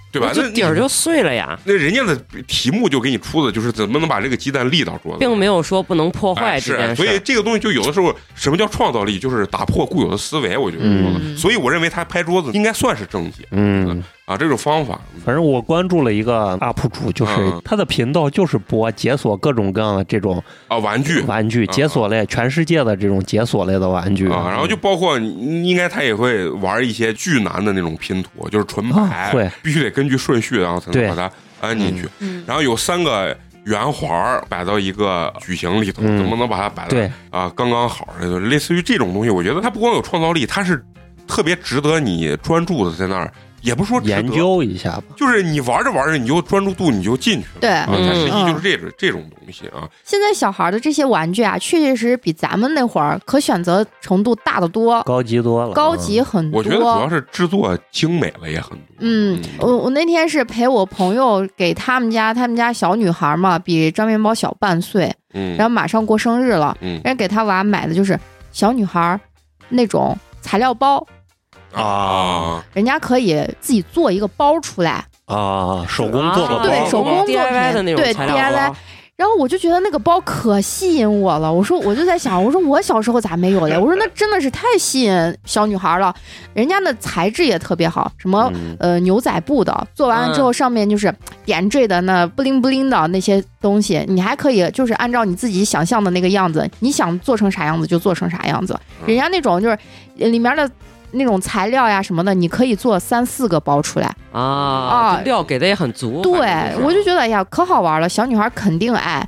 对吧？
这
那
底儿就碎了呀，
那人家的题目就给你出的就是怎么能把这个鸡蛋立到桌子上，
并没有说不能破
哎
坏这
是，
件事
所以
儿。
这个东西就有的时候，什么叫创造力？就是打破固有的思维，我觉得说的。
嗯
所以我认为他拍桌子应该算是正解
嗯，
啊，这种方法。
反正我关注了一个 UP 主，就是
嗯
他的频道就是播解锁各种各样的这种
啊，玩具
玩具，
嗯
解锁类全世界的这种解锁类的玩具嗯
啊，然后就包括你应该他也会玩一些巨难的那种拼图，就是纯
啊
排，
会
必须得根据顺序，然后才
对
能把它安进去。
嗯
然后有三个圆环儿摆到一个矩形里头，
嗯
能不能把它摆
对
的啊刚刚好？就类似于这种东西，我觉得它不光有创造力，它是特别值得你专注的在那儿，也不是说值得
研，究一下吧。
就是你玩着玩着你就专注度你就进去了。
对，
啊，它实际
嗯
就是这种这种东西啊，
现在小孩的这些玩具啊，确确实实比咱们那会儿可选择程度大得多，
高级多了，
高级很
嗯我
多。
觉得主要是制作精美了也很多。
嗯，我我那天是陪我朋友给他们家他们家小女孩嘛，比张面包小半岁，
嗯
然后马上过生日了，
嗯
人家给他娃买的就是小女孩那种材料包，
啊，
人家可以自己做一个包出来，
啊，手工做个
啊
包，
对手工作品
DIY 的那种
对
材料
DIY
包，
然后我就觉得那个包可吸引我了，我说我就在想，我说我小时候咋没有嘞？我说那真的是太吸引小女孩了，人家那材质也特别好，什么、
嗯
呃牛仔布的，做完了之后上面就是点缀的那布灵布灵的那些东西，你还可以就是按照你自己想象的那个样子，你想做成啥样子就做成啥样子。
嗯
人家那种就是呃里面的那种材料呀什么的，你可以做三四个包出来。
啊，
啊
这料给的也很足。
对
反正，
我
是
就觉得哎呀，可好玩了，小女孩肯定爱。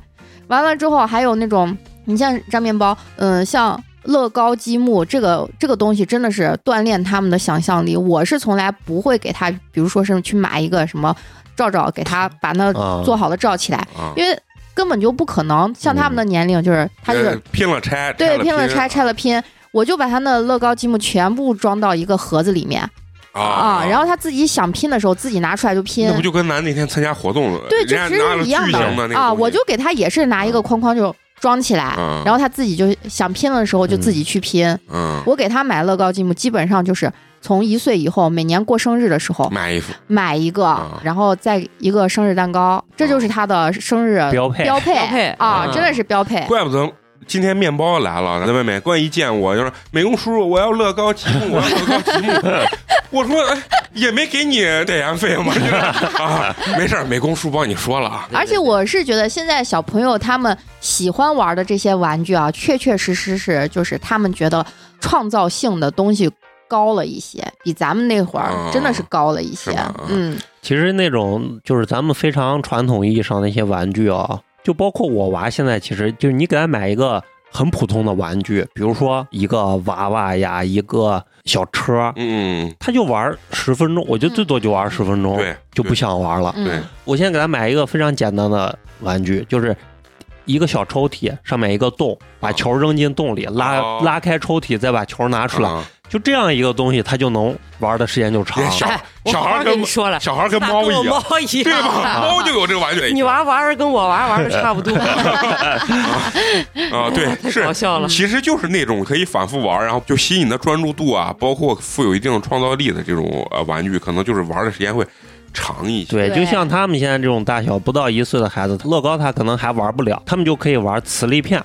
完了之后还有那种，你像粘面包，嗯、像乐高积木这个这个东西，真的是锻炼他们的想象力。我是从来不会给他，比如说是去买一个什么罩罩，给他把那
啊
做好了罩起来，
啊，
因为根本就不可能。像他们的年龄，就是他就是、
呃拼了拆，拆
对
了
拼了拆，拆了拼。我就把他那乐高积木全部装到一个盒子里面
啊
啊，然
后
后他自己想拼的时候自己拿出来就拼。
那不就跟咱那天参加活动了，
对，
人
就
家
其
拿
实
了
是一样
巨型的那个
啊。
东西
我就给他也是拿一个框框就装起来，
嗯
然后他自己就想拼的时候就自己去拼。
嗯
我给他买乐高积木，基本上就是从一岁以后，每年过生日的时候
买衣服，
买一个，
啊
然后再一个生日蛋糕，这就是他
嗯
的生日
标配
标配
标配
啊，
嗯
真的是标配。
怪不得。今天面包来了，在外面刚一见我就说：“美工叔叔，我要乐高积木，我要乐高积木。”我说：“哎，也没给你代言费嘛，就是 啊，没事儿，美工叔帮你说了啊。
而且我是觉得现在小朋友他们喜欢玩的这些玩具啊，确确实实是就是他们觉得创造性的东西高了一些，比咱们那会儿
嗯
真的是高了一些
是吧。
嗯，
其实那种就是咱们非常传统意义上的一些玩具啊，就包括我娃现在，其实就是你给他买一个很普通的玩具，比如说一个娃娃呀，一个小车”，
嗯，
他就玩十分钟，我就最多就玩十
哦
分钟，
对，
就不想玩了。
嗯
对
我现在给他买一个非常简单的玩具，就是。一个小抽屉上面一个洞，把球扔进洞里，拉
啊哦
拉开抽屉，再把球拿出来，
啊
就这样一个东西，他就能玩的时间就长
人。小
哎我
小
好
孩
好
儿跟
跟你说了，
小孩儿跟
大
猫一样，
猫 一
对吧？
样。
猫就有这个玩具。
你娃玩儿跟我娃玩儿的差不多，
啊， 对， 是
搞笑了。
其实就是那种可以反复玩，然后就吸引你的专注度啊，包括富有一定的创造力的这种呃玩具，可能就是玩的时间会长一些。
对，
对
就像他们现在这种大小不到一岁的孩子，乐高他可能还玩不了，他们就可以玩磁力片，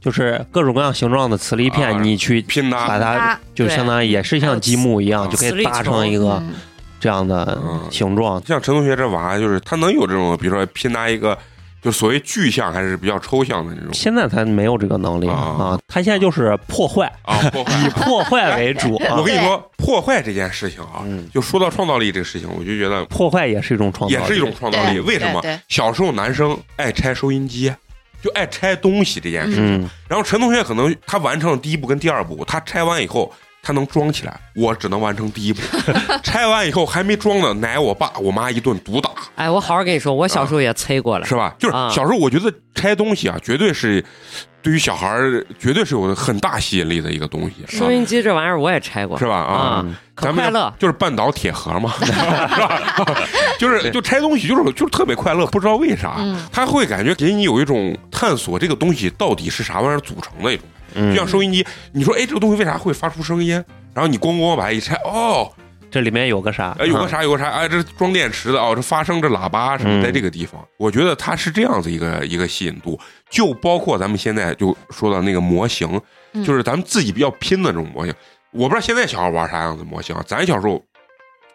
就是各种各样形状的磁力片，
啊
你去
拼
把
搭，
它
啊
就相当于也是像积木一样，
对
就可以搭成一个
嗯
这样的
嗯
形状。
像陈同学这娃，就是他能有这种，比如说拼搭一个，就所谓具象还是比较抽象的这种
现在他没有这个能力啊
啊，
他现在就是 破坏，
啊。破
以
坏，
破坏为 主啊
我，跟你说，破坏这件事情啊
嗯，
就说到创造力这个事情，我就觉得
破坏也是一种创造，
也是一种。创造力。
对
为什么
对对
小时候男生爱拆收音机，就爱拆东西这件事情？
嗯，
然后陈同学可能他完成了第一步跟第二步，他拆完以后他能装起来，我只能完成第一步， 拆完以后还没装呢，奶我爸我妈一顿毒打，
哎，我好好跟你说，我小时候也催过来
是，吧？就是
啊
小时候我觉得拆东西啊，绝对是对于小孩儿绝对是有很大吸引力的一个东西，是吧
收？音机这玩意儿我也拆过
是吧？啊。
啊，可
咱们
快乐。
就是半岛铁盒嘛， 是吧？ 就是就拆东西，就是就是特别快乐，不知道为啥，
嗯
他会感觉给你有一种探索这个东西到底是啥玩意儿组成的一种。
嗯
就像收音机，你说哎，这个东西为啥会发出声音？然后你咣咣把它一拆，哦，
这里面有个啥？啊
哎，有个啥有个啥，哎，这装电池的哦，这发声这喇叭什么，
嗯
在这个地方，我觉得它是这样子一个一个吸引度，就包括咱们现在就说到那个模型，
嗯
就是咱们自己比较拼的这种模型。我不知道现在小孩玩啥样子模型啊，咱小时候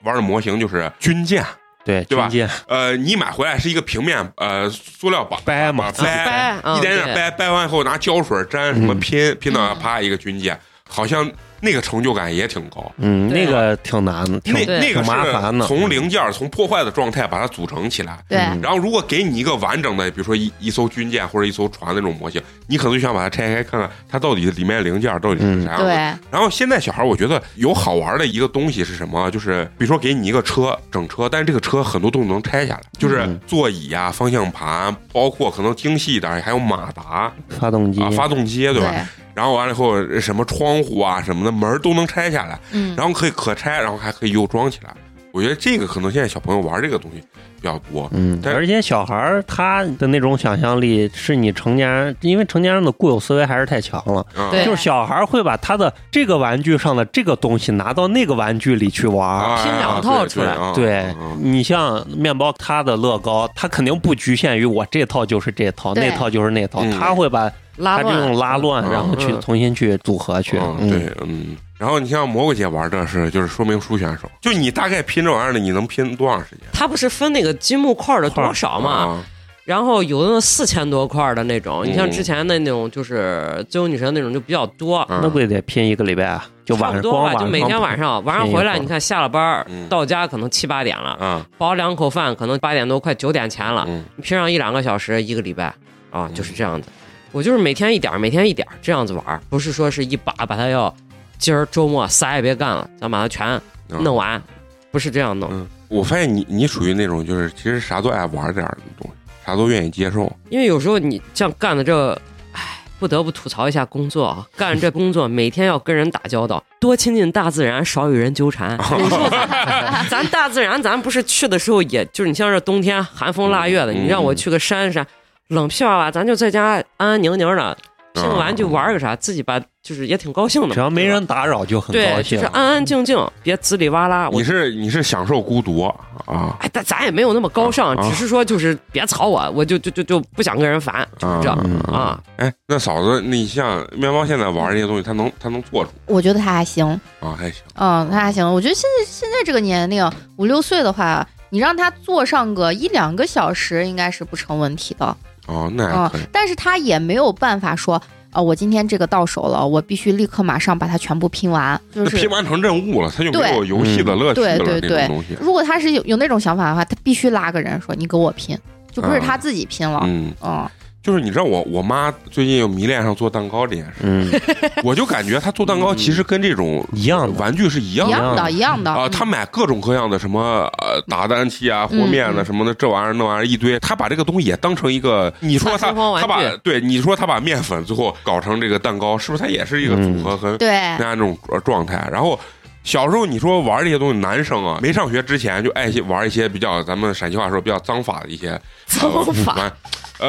玩的模型就是军舰，
对
对吧
军舰
呃，你买回来是一个平面，呃，塑料板
掰嘛，
掰
掰嗯
一点点
对
掰，掰完以后拿胶水粘什么
嗯
拼，拼到
嗯
啪一个军舰，好像那个成就感也挺高。
嗯，
对
那个挺难的，挺
那
对
那个
挺麻
是
烦的
从零件儿从破坏的状态把它组成起来。
对，
嗯
然后，如果给你一个完整的，比如说一一艘军舰或者一艘船那种模型，你可能就想把它拆开看看它到底里面的零件儿到底是啥样的。
对，
嗯然后现在小孩，我觉得有好玩的一个东西是什么？就是比如说给你一个车，整车，但是这个车很多东西能拆下来，就是
嗯
座椅啊、方向盘，包括可能精细一点儿还有马达
发动机
啊、发动机，对吧？
对，
然后完了以后，什么窗户啊什么的门儿都能拆下来。
嗯，
然后可以可拆，然后还可以又装起来。我觉得这个可能现在小朋友玩这个东西比较多。
嗯，
但
而且小孩儿他的那种想象力是你成年人，因为成年人的固有思维还是太强了。
嗯、
对
就是小孩儿会把他的这个玩具上的这个东西拿到那个玩具里去玩儿。
啊，
拼两套出来
对
对
嗯
你像面包，他的乐高，他肯定不局限于我这套就是这套，
对
那套就是那套，
嗯
他会把
拉
他这
乱
种拉乱，
嗯
然后去
嗯
重新去组合去。
嗯对，嗯。然后你像蘑菇姐玩这是，就是说明书选手，就你大概拼这玩意儿的，你能拼多长时间？
它不是分那个积木块儿的多少嘛？
啊，
然后有那四千多块儿的那种，你像
嗯
之前的那种就是自由女神那种就比较多，
嗯
那不得拼一个礼拜啊？就
差
晚
不
上
多
光
吧，
晚
就
上
每天晚上晚上回来，你看下了班儿
嗯
到家可能七八点了，
啊，
饱两口饭可能八点多快九点前了，
嗯，
你拼上一两个小时一个礼拜啊，
嗯
就是这样的。我就是每天一点儿，每天一点儿这样子玩儿，不是说是一把把它要今儿周末啥也别干了，咱把它全
嗯
弄完，不是这样弄。
嗯，我发现你你属于那种就是其实啥都爱玩点儿的东西，啥都愿意接受。啊
因为有时候你像干的这，唉，不得不吐槽一下工作啊，干这工作每天要跟人打 交道，多亲近大自然，少与人纠缠。有时候咱咱大自然，咱不是去的时候也，就是你像这冬天寒风腊月的，
嗯
你让我去个山上，冷屁哇啦，咱就在家安安宁宁的，
嗯
拼完就玩个啥，自己把就是也挺高兴的嘛，
啊
只要没人打扰就很
对吧
高
对，就
兴
是。啊安安静静，别滋里哇啦。我
你是你是享受孤独啊
哎，但咱也没有那么高
啊
尚，
啊
只是说就是别吵我，我就就就就不想跟人烦，就是这样
嗯
啊。
哎，那嫂子，你像面包现在玩这些东西，他能他能做出
我觉得他还行，
啊，还行。
嗯，他还行。我觉得现在现在这个年龄，五六岁的话，你让他坐上个一两个小时，应该是不成问题的。
哦，那还
嗯
可以，
但是他也没有办法说，呃，我今天这个到手了，我必须立刻马上把它全部拼完。就
那
是
拼完成任务了，它就没有游戏
嗯
的乐趣
对
了，
对
那种
对对
东西。
如果他是有有那种想法的话，他必须拉个人说你给我拼，就不是他自己拼了。
嗯，
嗯，
就是你知道我我妈最近又迷恋上做蛋糕这件事，
嗯，
我就感觉她做蛋糕其实跟这种
一样的。
玩具是一样
嗯一
的
样的，一样的。
啊。
嗯
她买各种各样的什么呃打蛋器啊、和面的
嗯
什么的，这玩意儿那玩意儿一堆，她把这个东西也当成一个，你说她
大风玩
她
具
把对你说她把面粉最后搞成这个蛋糕，是不是她也是一个组合很
对
那样那种呃状态。然后小时候你说玩这些东西，男生啊，没上学之前就爱一些玩一些比较咱们陕西话说比较脏法的一些
脏法，
呃玩，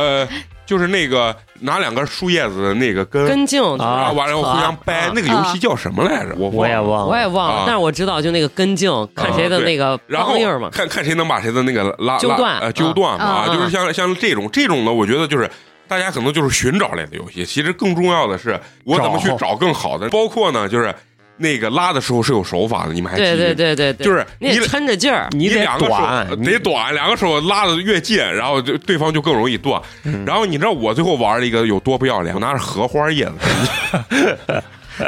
呃，就是那个拿两根树叶子的那个根，
跟镜就是
然后完了互相掰，
啊
那个游戏叫什么来着？我
我也
忘了。
忘
我
了，
也忘了，
啊
但是我知道就那个跟镜，看谁的那个
然后
帮印儿嘛。
看看谁能把谁的那个拉
揪
拉
断
呃揪断嘛，
嗯
啊
嗯
就是像像这种这种呢，我觉得就是大家可能就是寻找类的游戏，其实更重要的是我怎么去
找
找更好的，包括呢就是那个拉的时候是有手法的，你们还记
对
得？
对对对对，
就是
你
你
得抻着 劲儿，
你得
两个手
短，
呃
你
得短，两个手拉的越近，然后就对方就更容易断。然后你知道我最后玩了一个有多不要脸，我拿着荷花叶子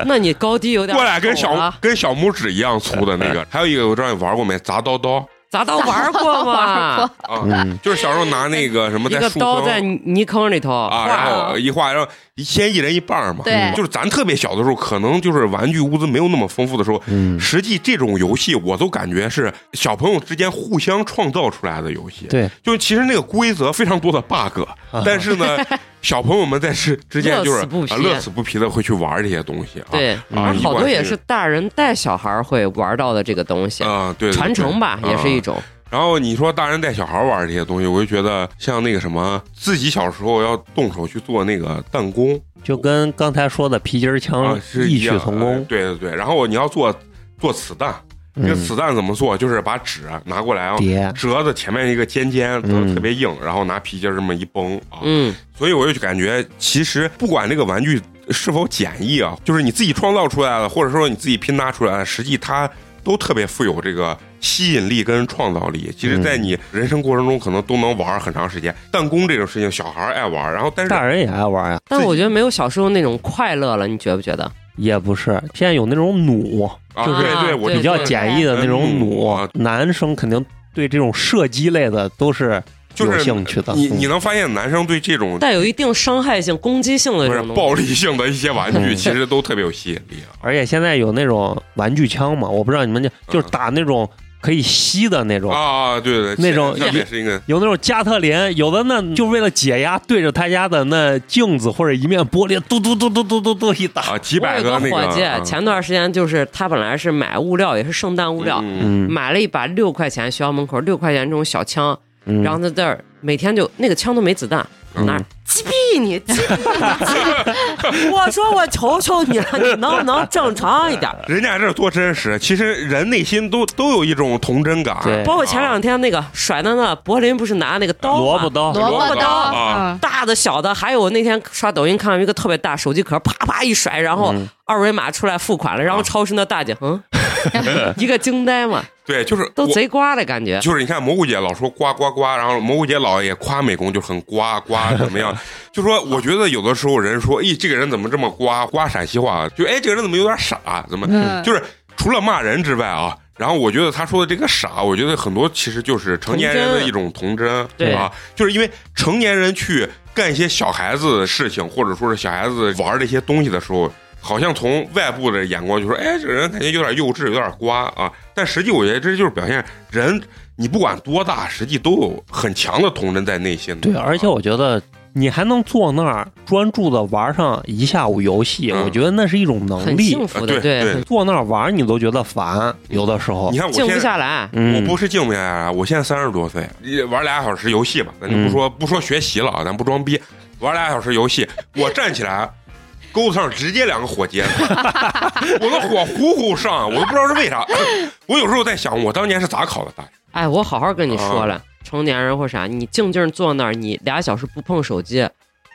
那你高低有点
过来，跟
手
小
啊
跟小拇指一样粗的那个。还有一个我知道你玩过没？砸刀刀
咱都 玩过
玩
嘛
过？
啊，
嗯
就是小时候拿那个什么
一
在
个
树
刀在
坑。
泥坑里头
啊，然后一画，然后先一人一半嘛。
对
就是咱特别小的时候，可能就是玩具物资没有那么丰富的时候，
嗯，
实际这种游戏我都感觉是小朋友之间互相创造出来的游戏。
对，
就其实那个规则非常多的 bug，但是 呢，小朋友们在之之间就是
啊乐此不疲
啊乐此不疲的会去玩这些东西啊。
对，
啊，
而
一
好多
贯
也是大人带小孩会玩到的这个东西，
啊，对对对
传承吧也是一。
啊
种。
然后你说大人带小孩玩这些东西，我就觉得像那个什么，自己小时候要动手去做那个弹弓
就跟刚才说的皮筋儿
啊
嗯
枪，
是
异
一
曲
样
同
的哎
工。嗯
对对对，然后你要做做子弹。
嗯
这个子弹怎么做？就是把纸拿过来啊，
叠
折的前面一个尖尖，折
嗯
得特别硬，然后拿皮筋儿这么一绷啊。
嗯，
所以我就感觉，其实不管这个玩具是否简易啊，就是你自己创造出来啊的，或者说你自己拼搭出来的，实际它都特别富有这个吸引力跟创造力。其实，在你人生过程中，可能都能玩儿很长时间。弹弓这种事情，小孩儿爱玩儿，然后但是
大人也爱玩呀、
但我觉得没有小时候那种快乐了，你觉不觉得？
也不是，现在有那种弩，
啊，
就是
对对，我
对
比较简易的那种
弩
弩
啊，
男生肯定对这种射击类的都是
就
有
是
兴趣的。
你
嗯
你能发现男生对这种
带有一定伤害性、攻击性
不
的这
是
种东西。
暴力性的一些玩 具，
嗯
其实都特别有吸引力啊。
而且现在有那种玩具枪嘛，我不知道你们那就是打那种可以吸的那种，
嗯啊，对对，对
那种
那也是一个
有那种加特林，有的那就为了解压，对着他家的那镜子或者一面玻璃，嘟嘟嘟嘟嘟嘟嘟一打，
啊，几
我
百
有个
那个
伙计，
啊
前段时间就是他本来是买物料，也是圣诞物料，
嗯
嗯，
买了一把六块钱学校门口六块钱这种小枪，
嗯
然后在这儿每天就那个枪都没子弹，
嗯
那儿击毙你，击毙你！ 击毙你我说我求求你了，你能不能正常一点？
人家这多真实，其实人内心都都有一种童真感。
对
包括前两天那个甩的那柏林不是拿那个刀吗啊
萝卜刀，
萝
萝卜
卜刀
刀啊
嗯
大的、小的，还有我那天刷抖音看到一个特别大手机壳，啪啪一甩，然后二维码出来付款了，然后超市那大姐，嗯，一个惊呆嘛，
对，就是
都
我
贼瓜的感觉。
就是你看蘑菇姐老说呱呱呱，然后蘑菇姐老也夸美工就很呱呱怎么样？就说我觉得有的时候人说，咦，这个人怎么这么呱呱陕西话？就哎，这个人怎么有点傻？怎么？
嗯
就是除了骂人之外啊。然后我觉得他说的这个傻，我觉得很多其实就是成年人
童
的
真
一种童真，
对
啊，就是因为成年人去干一些小孩子的事情，或者说是小孩子玩这些东西的时候，好像从外部的眼光就说，哎，这个人感觉有点幼稚，有点瓜啊。但实际我觉得这就是表现人，你不管多大，实际都有很强的童真在内心的。
对，而且
啊
我觉得你还能坐那儿专注的玩上一下午游戏，
嗯
我觉得那是一种能
很
力
幸。福
啊
的，
对对
很
坐那儿玩你都觉得烦，有的时候
啊你。看我
静
现
不
在。
下来。
我
嗯，
不是静不下来啊，我现在三十多岁，一玩俩小时游戏吧，咱就
嗯
不说、不说学习了啊，咱不装逼，玩俩小时游 戏，我站起来，钩子上直接两个火疖子， 我的火呼呼上，我都不知道是为啥。我有时候在想，我当年是咋考的大学？
哎，我好好跟
哦
你说了，成年人或啥，你静静坐那儿，你俩小时不碰手机，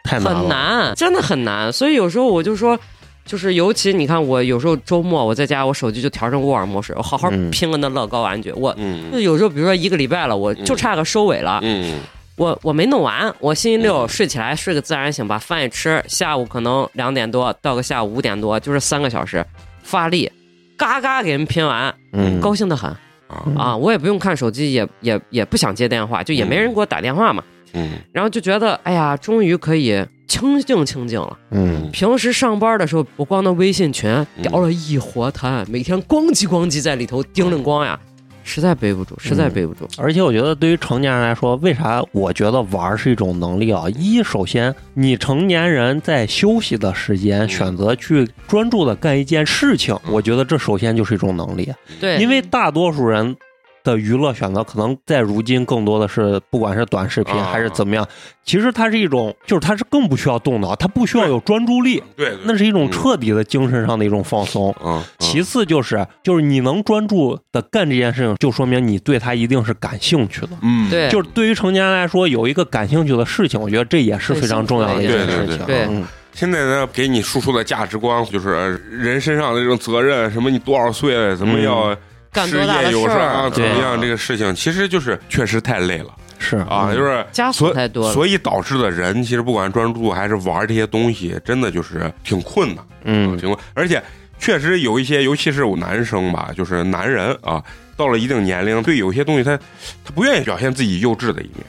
太难了。
很难，真的很难。所以有时候我就说。就是，尤其你看，我有时候周末我在家，我手机就调成沃尔模式，我好好
嗯
拼个那乐高玩具。我就
嗯
有时候，比如说一个礼拜了，
嗯
我就差个收尾了，
嗯
我我没弄完，我星期
嗯
六睡起来睡个自然醒，把饭也吃，下午可能两点多到个下午五点多，就是三个小时发力，嘎嘎给人拼完，
嗯，
高兴的很
啊
啊！我也不用看手机，也也也不想接电话，就也没人给我打电话嘛，
嗯
然后就觉得哎呀，终于可以清静清静了。
嗯，
平时上班的时候，我光那微信群
嗯
聊了一活摊，每天咣叽咣叽在里头叮铃咣呀，实在背不
嗯
住，实在背不住。
而且我觉得对于成年人来说，为啥我觉得玩是一种能力啊？一，首先你成年人在休息的时间
嗯
选择去专注的干一件事情，
嗯
我觉得这首先就是一种能力，啊
对，
因为大多数人。的娱乐选择可能在如今更多的是，不管是短视频
啊
还是怎么样，其实它是一种，就是它是更不需要动脑，它不需要有专注力，
对对，
那是一种
嗯
彻底的精神上的一种放松。
嗯，
其次就是，就是你能专注的干这件事情，就说明你对它一定是感兴趣的。
嗯
对
就是对于成年人来说，有一个感兴趣的事情，我觉得这也是非常重要的一件事
对对
情。
对
嗯
现在呢，给你输出的价值观就是呃人身上的这种责任，什么你多少岁了，怎么要
干
事
多大的
业有
事儿
啊，怎么
嗯对
样这个事情，其实就是确实太累了
嗯是
啊，就，是
枷
所
锁太多了。
所以导致的人其实不管专注还是玩这些东西，真的就是挺困难，
嗯
挺困。而且确实有一些，尤其是有男生吧，就是男人啊，到了一定年龄，对有些东西他他不愿意表现自己幼稚的一面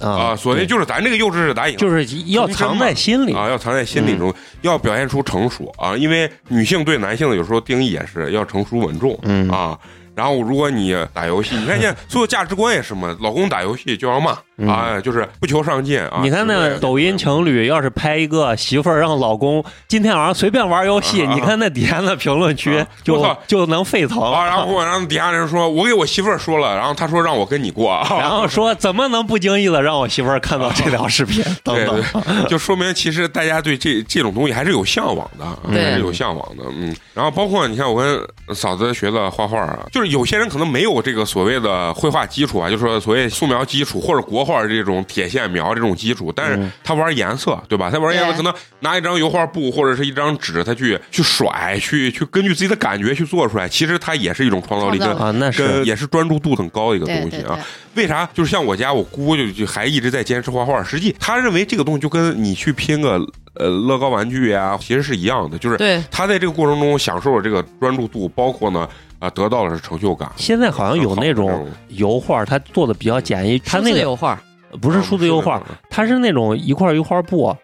啊，所以
对
就是咱这个幼稚是咱引
就
的。
是要藏在心里。
啊，要藏在心
嗯
里中，要表现出成熟啊，因为女性对男性的有时候定义也是要成熟稳重，
嗯
啊。然后，如果你打游戏，你看现在所有价值观也是嘛，老公打游戏就要骂、
嗯
啊，就是不求上进啊。
你看
之类
那
的
抖音情侣，要是拍一个媳妇儿让老公今天晚上随便玩游戏，
啊
你看那底下那评论区
啊我
就
操
就能沸腾。
啊，然后我让底下人说，我给我媳妇儿说了，然后她说让我跟你过，啊
然后说怎么能不经意的让我媳妇儿看到这条视频？ 等
哦对
等，
对，就说明其实大家对这这种东西还是有向往的，嗯
对
还是有向往的，嗯。然后包括你看，我跟嫂子学的画画啊，就就是有些人可能没有这个所谓的绘画基础啊，就说所谓素描基础或者国画这种铁线描这种基础，但是他玩颜色，对吧？他玩颜色
嗯对
可能拿一张油画布或者是一张纸，他去去甩，去去根据自己的感觉去做出来，其实它也是一种创造力
创造
跟
力
啊，那
跟
是
也是专注度很高的一个
对
东
对
西
对
啊。，为啥？就是像我家我姑就就还一直在坚持画画，实际她认为这个东西就跟你去拼个呃乐高玩具呀、其实是一样的，就是
对，
他在这个过程中享受了这个专注度，包括呢啊、得到了是呃成就感。
现在好像有那种油画，它做的比较简易，它
数
那
字
个
油画，
不
啊
是数字油画，它是那种一块一块布，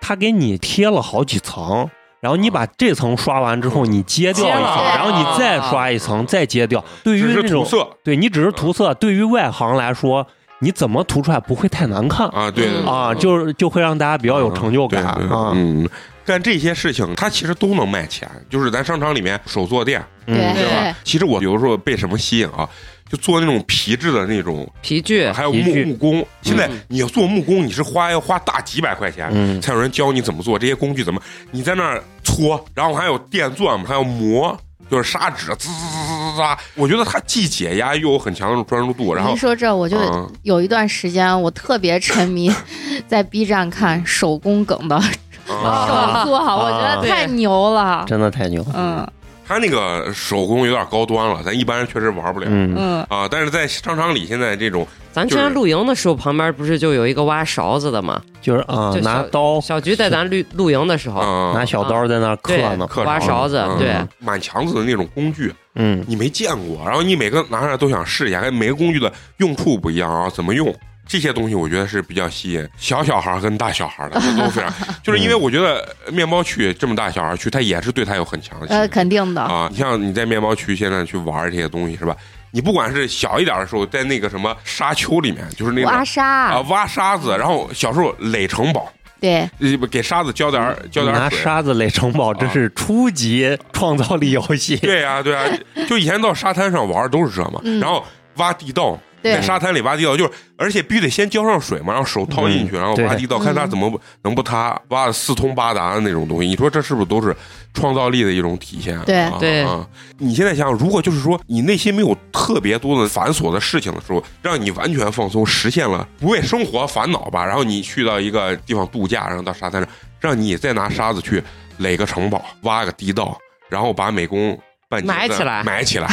它给你贴了好几层，
啊
然后你把这层刷完之后，
嗯
你揭掉一
揭
层，
了啊
然后你再刷一层，再揭掉。对于
只是涂
那种，
色
对你只是涂色，对于外行来说，你怎么涂出来不会太难看
啊，对
嗯
啊？就是就会让大家比较有成就感
嗯对对
啊。
嗯，干这些事情，它其实都能卖钱。就是咱商场里面手作店，
嗯
对
对吧
对？
其实我有的时候被什么吸引啊，就做那种皮质的那种，
皮具，
还有
皮
木
具
木工。现在你要做木工，你是花要花大几百块钱，
嗯
才有人教你怎么做这些工具怎么。你在那儿搓，然后还有电钻，还有磨，就是砂纸，滋滋滋滋滋滋。我觉得它既解压又有很强的专注度。然后
您，说这我就
嗯
有一段时间我特别沉迷 在 B 站看手工梗的
啊，
手作，我觉得太牛了。
真的太牛了。
嗯
它那个手工有点高端了，咱一般人确实玩不了。
嗯，
嗯，
啊，但是在商场里，现在这种
咱之前露营的时候，旁边不是就有一个挖勺子的吗？
就是啊，
就小嗯
拿
哦
刀
小菊在咱露露营的时候，
啊，
拿小刀在那儿刻
对
呢，
刻
挖勺子
嗯，
对，
满墙子的那种工具，
嗯，
你没见过，然后你每个拿上来都想试一下，还每个工具的用处不一样啊，怎么用？这些东西我觉得是比较吸引小小孩儿跟大小孩儿的，这都非常，就是因为我觉得面包区这么大小孩儿区，他也是对他有很强的吸引
呃，
力。
嗯肯定的。
啊，你像你在面包区现在去玩这些东西是吧？你不管是小一点的时候，在那个什么沙丘里面，就是那
挖
个啊
沙，
挖沙子，然后小时候垒城堡，
对，
呃不给沙子浇点儿浇点
拿
儿水。啊
沙子垒城堡，这是初级创造力游 戏。
对呀、对呀、啊就以前到沙滩上玩儿都是这嘛，
嗯
然后挖地道。
对
在沙滩里挖地道，就是而且必须得先浇上水嘛，然后手掏进
嗯
去，然后
对
挖地道，看它怎么不能不塌，挖的四通八达的那种东西。你说这是不是都是创造力的一种体现？
对
啊
对
啊。你现在想想，如果就是说你内心没有特别多的繁琐的事情的时候，让你完全放松，实现了不为生活烦恼吧，然后你去到一个地方度假，然后到沙滩上，让你再拿沙子去垒个城堡，挖个地道，然后把美工。半截子
埋起来
埋起来。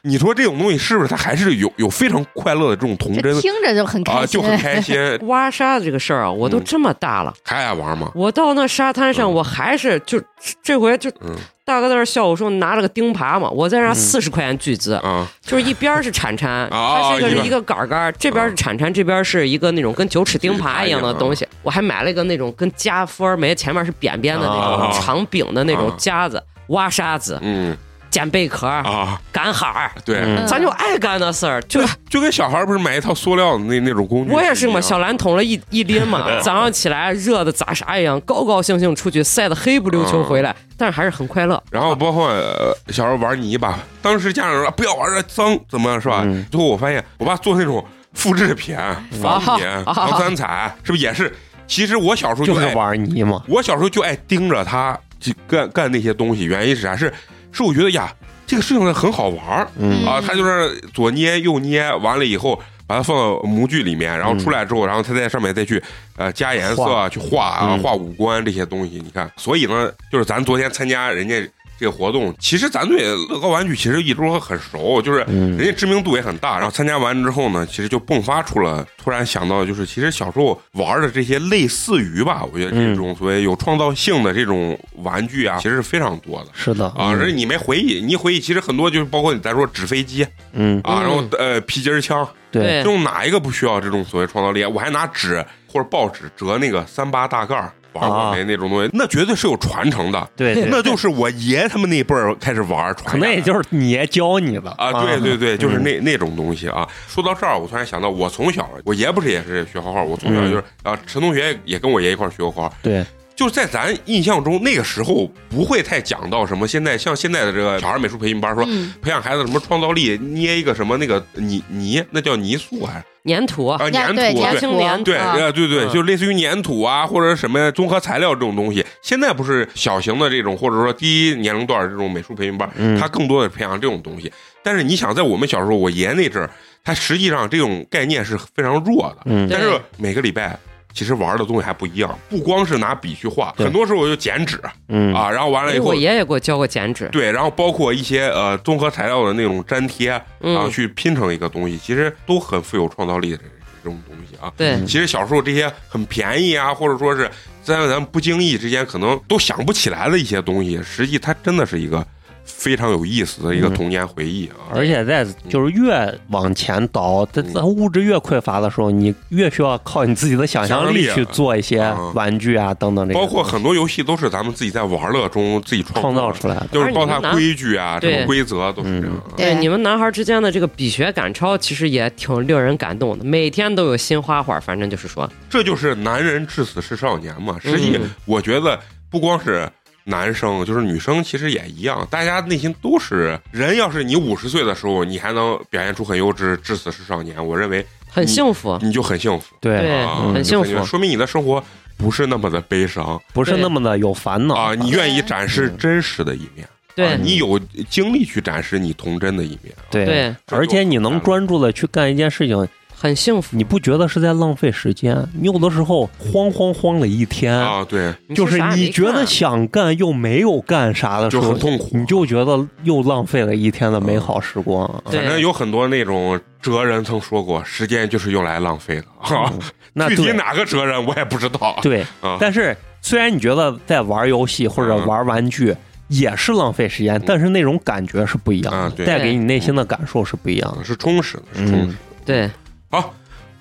你说这种东西是不是它还是有有非常快乐的这种童真
这听着就很
啊，
开
就
心。
很 开心，
挖沙子这个事儿啊，我都
嗯
这么大了，
还爱玩吗？
我到那沙滩上，
嗯
我还是就这回就
嗯
大哥在那儿笑我说拿了个钉耙嘛，我在那四十块钱巨资，
啊，
就是一边儿是铲铲，
哦
它是一个
一边啊
是一个杆儿杆儿，这边儿是铲铲，这边儿是一个那种跟九齿钉耙一样的东西。我还买了一个那种跟加分眉前面是扁扁的那
哦
种长柄的那种
哦
夹子，挖沙子、
嗯
捡贝壳、
啊，
赶海儿，
对，
嗯
咱就爱干那事儿。 就
就跟小孩不是买一套塑料的那那种工具，
我也是嘛，小蓝桶了一一拎嘛，早上起来热的咋啥一样，高高兴兴出去晒得黑不溜秋回来，但是还是很快乐。
然后包括、呃小时候玩泥巴，当时家长说不要玩这脏，怎么是吧？
嗯
最后我发现我爸做那种复制品、仿品、
啊
唐、三彩，是不是也是？其实我小时候
就
就是爱，
玩泥嘛，
我小时候就爱盯着他去干干那些东西，原因是啥？是是我觉得呀，这个事情很好玩儿、
嗯
啊，他就是左捏右捏，完了以后。把它放到模具里面，然后出来之后，然后他在上面再去呃加颜色啊，去画啊，
嗯
画五官这些东西。你看，所以呢，就是咱昨天参加人家这个活动，其实咱对乐高玩具其实一直都很熟，就是
嗯
人家知名度也很大。然后参加完之后呢，其实就迸发出了，突然想到就是，其实小时候玩的这些类似于吧，我觉得这种所谓有创造性的这种玩具啊，其实是非常多的。
是的
啊，而且你没回忆，你一回忆其实很多就是包括你咱说纸飞机
嗯，
啊，
嗯
然后呃皮筋儿枪，
对，
这种哪一个不需要这种所谓创造力？我还拿纸或者报纸折那个三八大盖儿玩过没那种东西，那绝对是有传承的，
啊对对，
那就是我爷他们那辈儿开始玩儿传下来
可能也就是你爷教你的
哎啊，对对对，就是那那种东西啊。说到这儿，我突然想到，
嗯
我从小我爷不是也是学画画，我从小就是啊，陈同学也跟我爷一块儿学过画，
对，
就是在咱印象中，那个时候不会太讲到什么。现在像现在的这个小孩美术培训班说，
嗯，
培养孩子什么创造力，捏一个什么那个泥泥，那叫泥塑还是
粘土
啊
呀
粘
对
土？
粘
对
土粘
对
啊
呃对对，
嗯
就类似于粘土啊，或者什么综合材料这种东西。现在不是小型的这种，或者说低年龄段这种美术培训班，
嗯
它更多的培养这种东西。但是你想，在我们小时候，我爷那阵儿，他实际上这种概念是非常弱的。
嗯
但
对
是每个礼拜其实玩的东西还不一样，不光是拿笔去画，
对
很多时候我就剪纸
嗯
啊，然后完了以
因为
后
哎我。爷爷给我教过剪纸，
对，然后包括一些呃综合材料的那种粘贴，啊然后
嗯，
去拼成一个东西，其实都很富有创造力的这这种东西啊。
对
其实小时候这些很便宜啊，或者说是在咱们不经意之间可能都想不起来的一些东西，实际它真的是一个非常有意思的一个
嗯
童年回忆啊。
而且在就是越往前倒，在
嗯
咱物质越匮乏的时候，你越需要靠你自己的想象力
想象力啊
去做一些
嗯
玩具啊等等这个，
包括很多游戏都是咱们自己在玩乐中自己创
创造
的，
出来的。嗯
就是包括它规矩啊，
对
这种规则都是这样啊。
对，
你们男孩之间的这个比学赶超，其实也挺令人感动的，每天都有新花活，反正就是说，
这就是男人至死是少年嘛。实际
嗯
我觉得不光是男生，就是女生其实也一样，大家内心都是人。要是你五十岁的时候，你还能表现出很幼稚，至死是少年，我认为
很幸福，
你就很幸福，
对，
对
啊、
很
就
幸
幸
福
说明你的生活不是那么的悲伤
不是那么的有烦恼
啊，你愿意
对
展示真实的一面。
对
啊你有精力去展示你童真的一面，
对，
对，
这就嗯
而且你能专注的去干一件事情，
很幸福。
你不觉得是在浪费时间？你有的时候慌慌慌了一天，
啊，对，
就是
啥也
你
没
觉得
干啊
想干又没有干啥的时
就
候
很，痛苦。嗯
你就觉得又浪费了一天的美好时光。啊
对
反正有很多那种哲人曾说过，时间就是用来浪费的。哈。
嗯 那
具体
对
哪个哲人我也不知道。
对
啊，
但是虽然你觉得在玩游戏或者
嗯
玩玩具也是浪费时间，但是那种感觉是不一样
啊
的，
对嗯
带给你内心的感受是不一样的。
是充实的，是
嗯
充实的。
对，
好，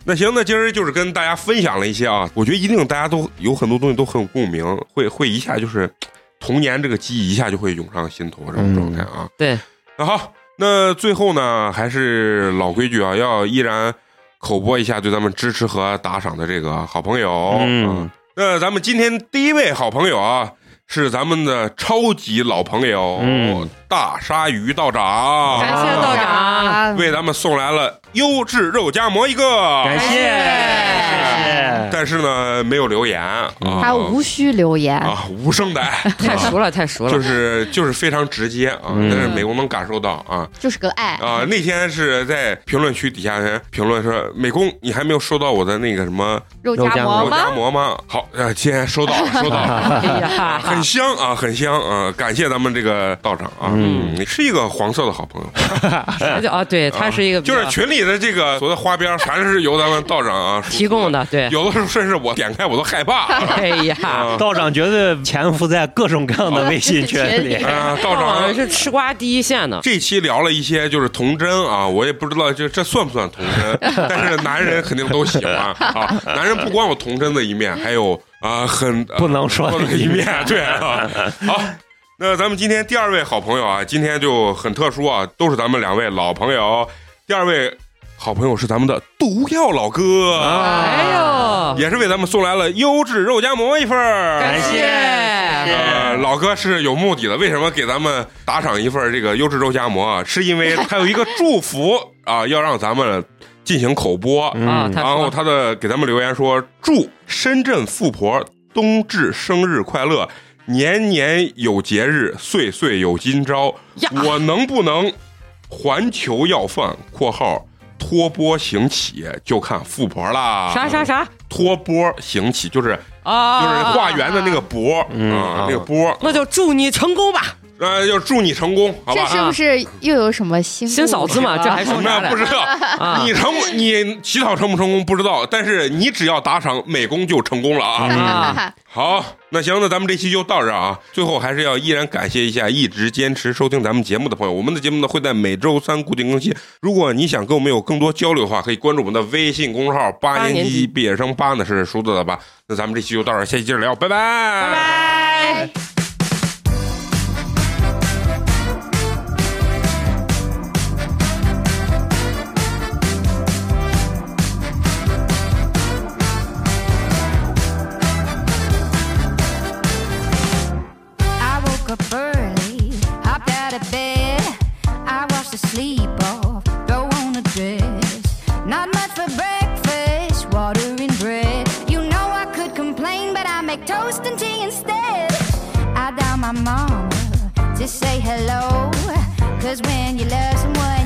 那行，那今儿就是跟大家分享了一些啊，我觉得一定大家都有很多东西都很有共鸣，会会一下就是童年这个记忆一下就会涌上心头这种状态
嗯
啊。
对，
那好，那最后呢，还是老规矩啊，要依然口播一下对咱们支持和打赏的这个好朋友。
嗯
啊，那咱们今天第一位好朋友啊。是咱们的超级老朋友，
嗯
大鲨鱼道长，啊
感
啊
谢道
嗯
长
为咱们送来了优质肉夹馍一
感
个，
谢，
感
谢谢。
但是呢没有留言啊，
嗯
他无需留言，
啊无声的 爱，
太熟了，太熟了
就。是就是非常直接啊，
嗯
但是美工能感受到啊
就是个爱，
啊！那天是在评论区底下人评论说，美工你还没有收到我的那个什么
肉
肉
夹
夹
馍
肉夹
吗？
馍吗？好，呃，今天收到了， 收到了。
哎呀，
很香啊，很香啊！感谢咱们这个道长啊，
嗯
嗯，是一个黄色的好朋友，
而且啊，对，他是一个比
就
较
是群里的这个所谓花边，全是由咱们道长啊
提供的，对。
有的时候甚至我点开我都害怕。
哎呀，
啊
道长绝对潜伏在各种各样的微信群里
群里
啊，道
好 像
长，
哦是吃瓜第一线的，
这期聊了一些就是童真啊，我也不知道这这算不算童 真，但是男人肯定都喜欢啊。男人不光有童真的一面，还有啊、很
不能说
多的一 面，对啊。好，那咱们今天第二位好朋友啊，今天就很特殊啊，都是咱们两位老朋友。第二位好朋友是咱们的毒药老哥，
哎呦，
也是为咱们送来了优质肉夹馍一份儿，
感谢，
呃，老哥是有目的的，为什么给咱们打赏一份这个优质肉夹馍啊？是因 为他有一个祝福啊，要让咱们进行口播。
啊，他
然后
说
哦他的给咱们留言说：“祝深圳富婆冬至生日快乐，年年有节日，岁岁有今朝。
呀
我能不能环球要饭（括号脱波行起）就看富婆啦。
啥啥啥
脱波行起就是
啊，
就是化缘的那个波啊、
嗯啊
那个波。
那就祝你成功吧，
呃，就祝你成功，好
这
吧？啊
是不是又有什么新
新嫂子嘛，这 还说啥
那不知
嘞？
道，
啊
你成你乞讨成不成功不知道，但是你只要打赏美工就成功了啊！
嗯
啊
啊？
好，那行，那咱们这期就到这儿啊。最后还是要依然感谢一下一直坚持收听咱们节目的朋友。我们的节目呢会在每周三固定更新。如果你想跟我们有更多交流的话，可以关注我们的微信公众号“八
八
年
年
级
级
毕业生八”，呢是熟字的八。那咱们这期就到这儿，下期接着聊，拜拜，拜
拜。拜。
up early, hopped out of bed. I washed the sleep off, throw on a dress. Not much for breakfast, water and bread. You know I could complain, but I make toast and tea instead. I dial my mama to say hello. Cause when you love someone,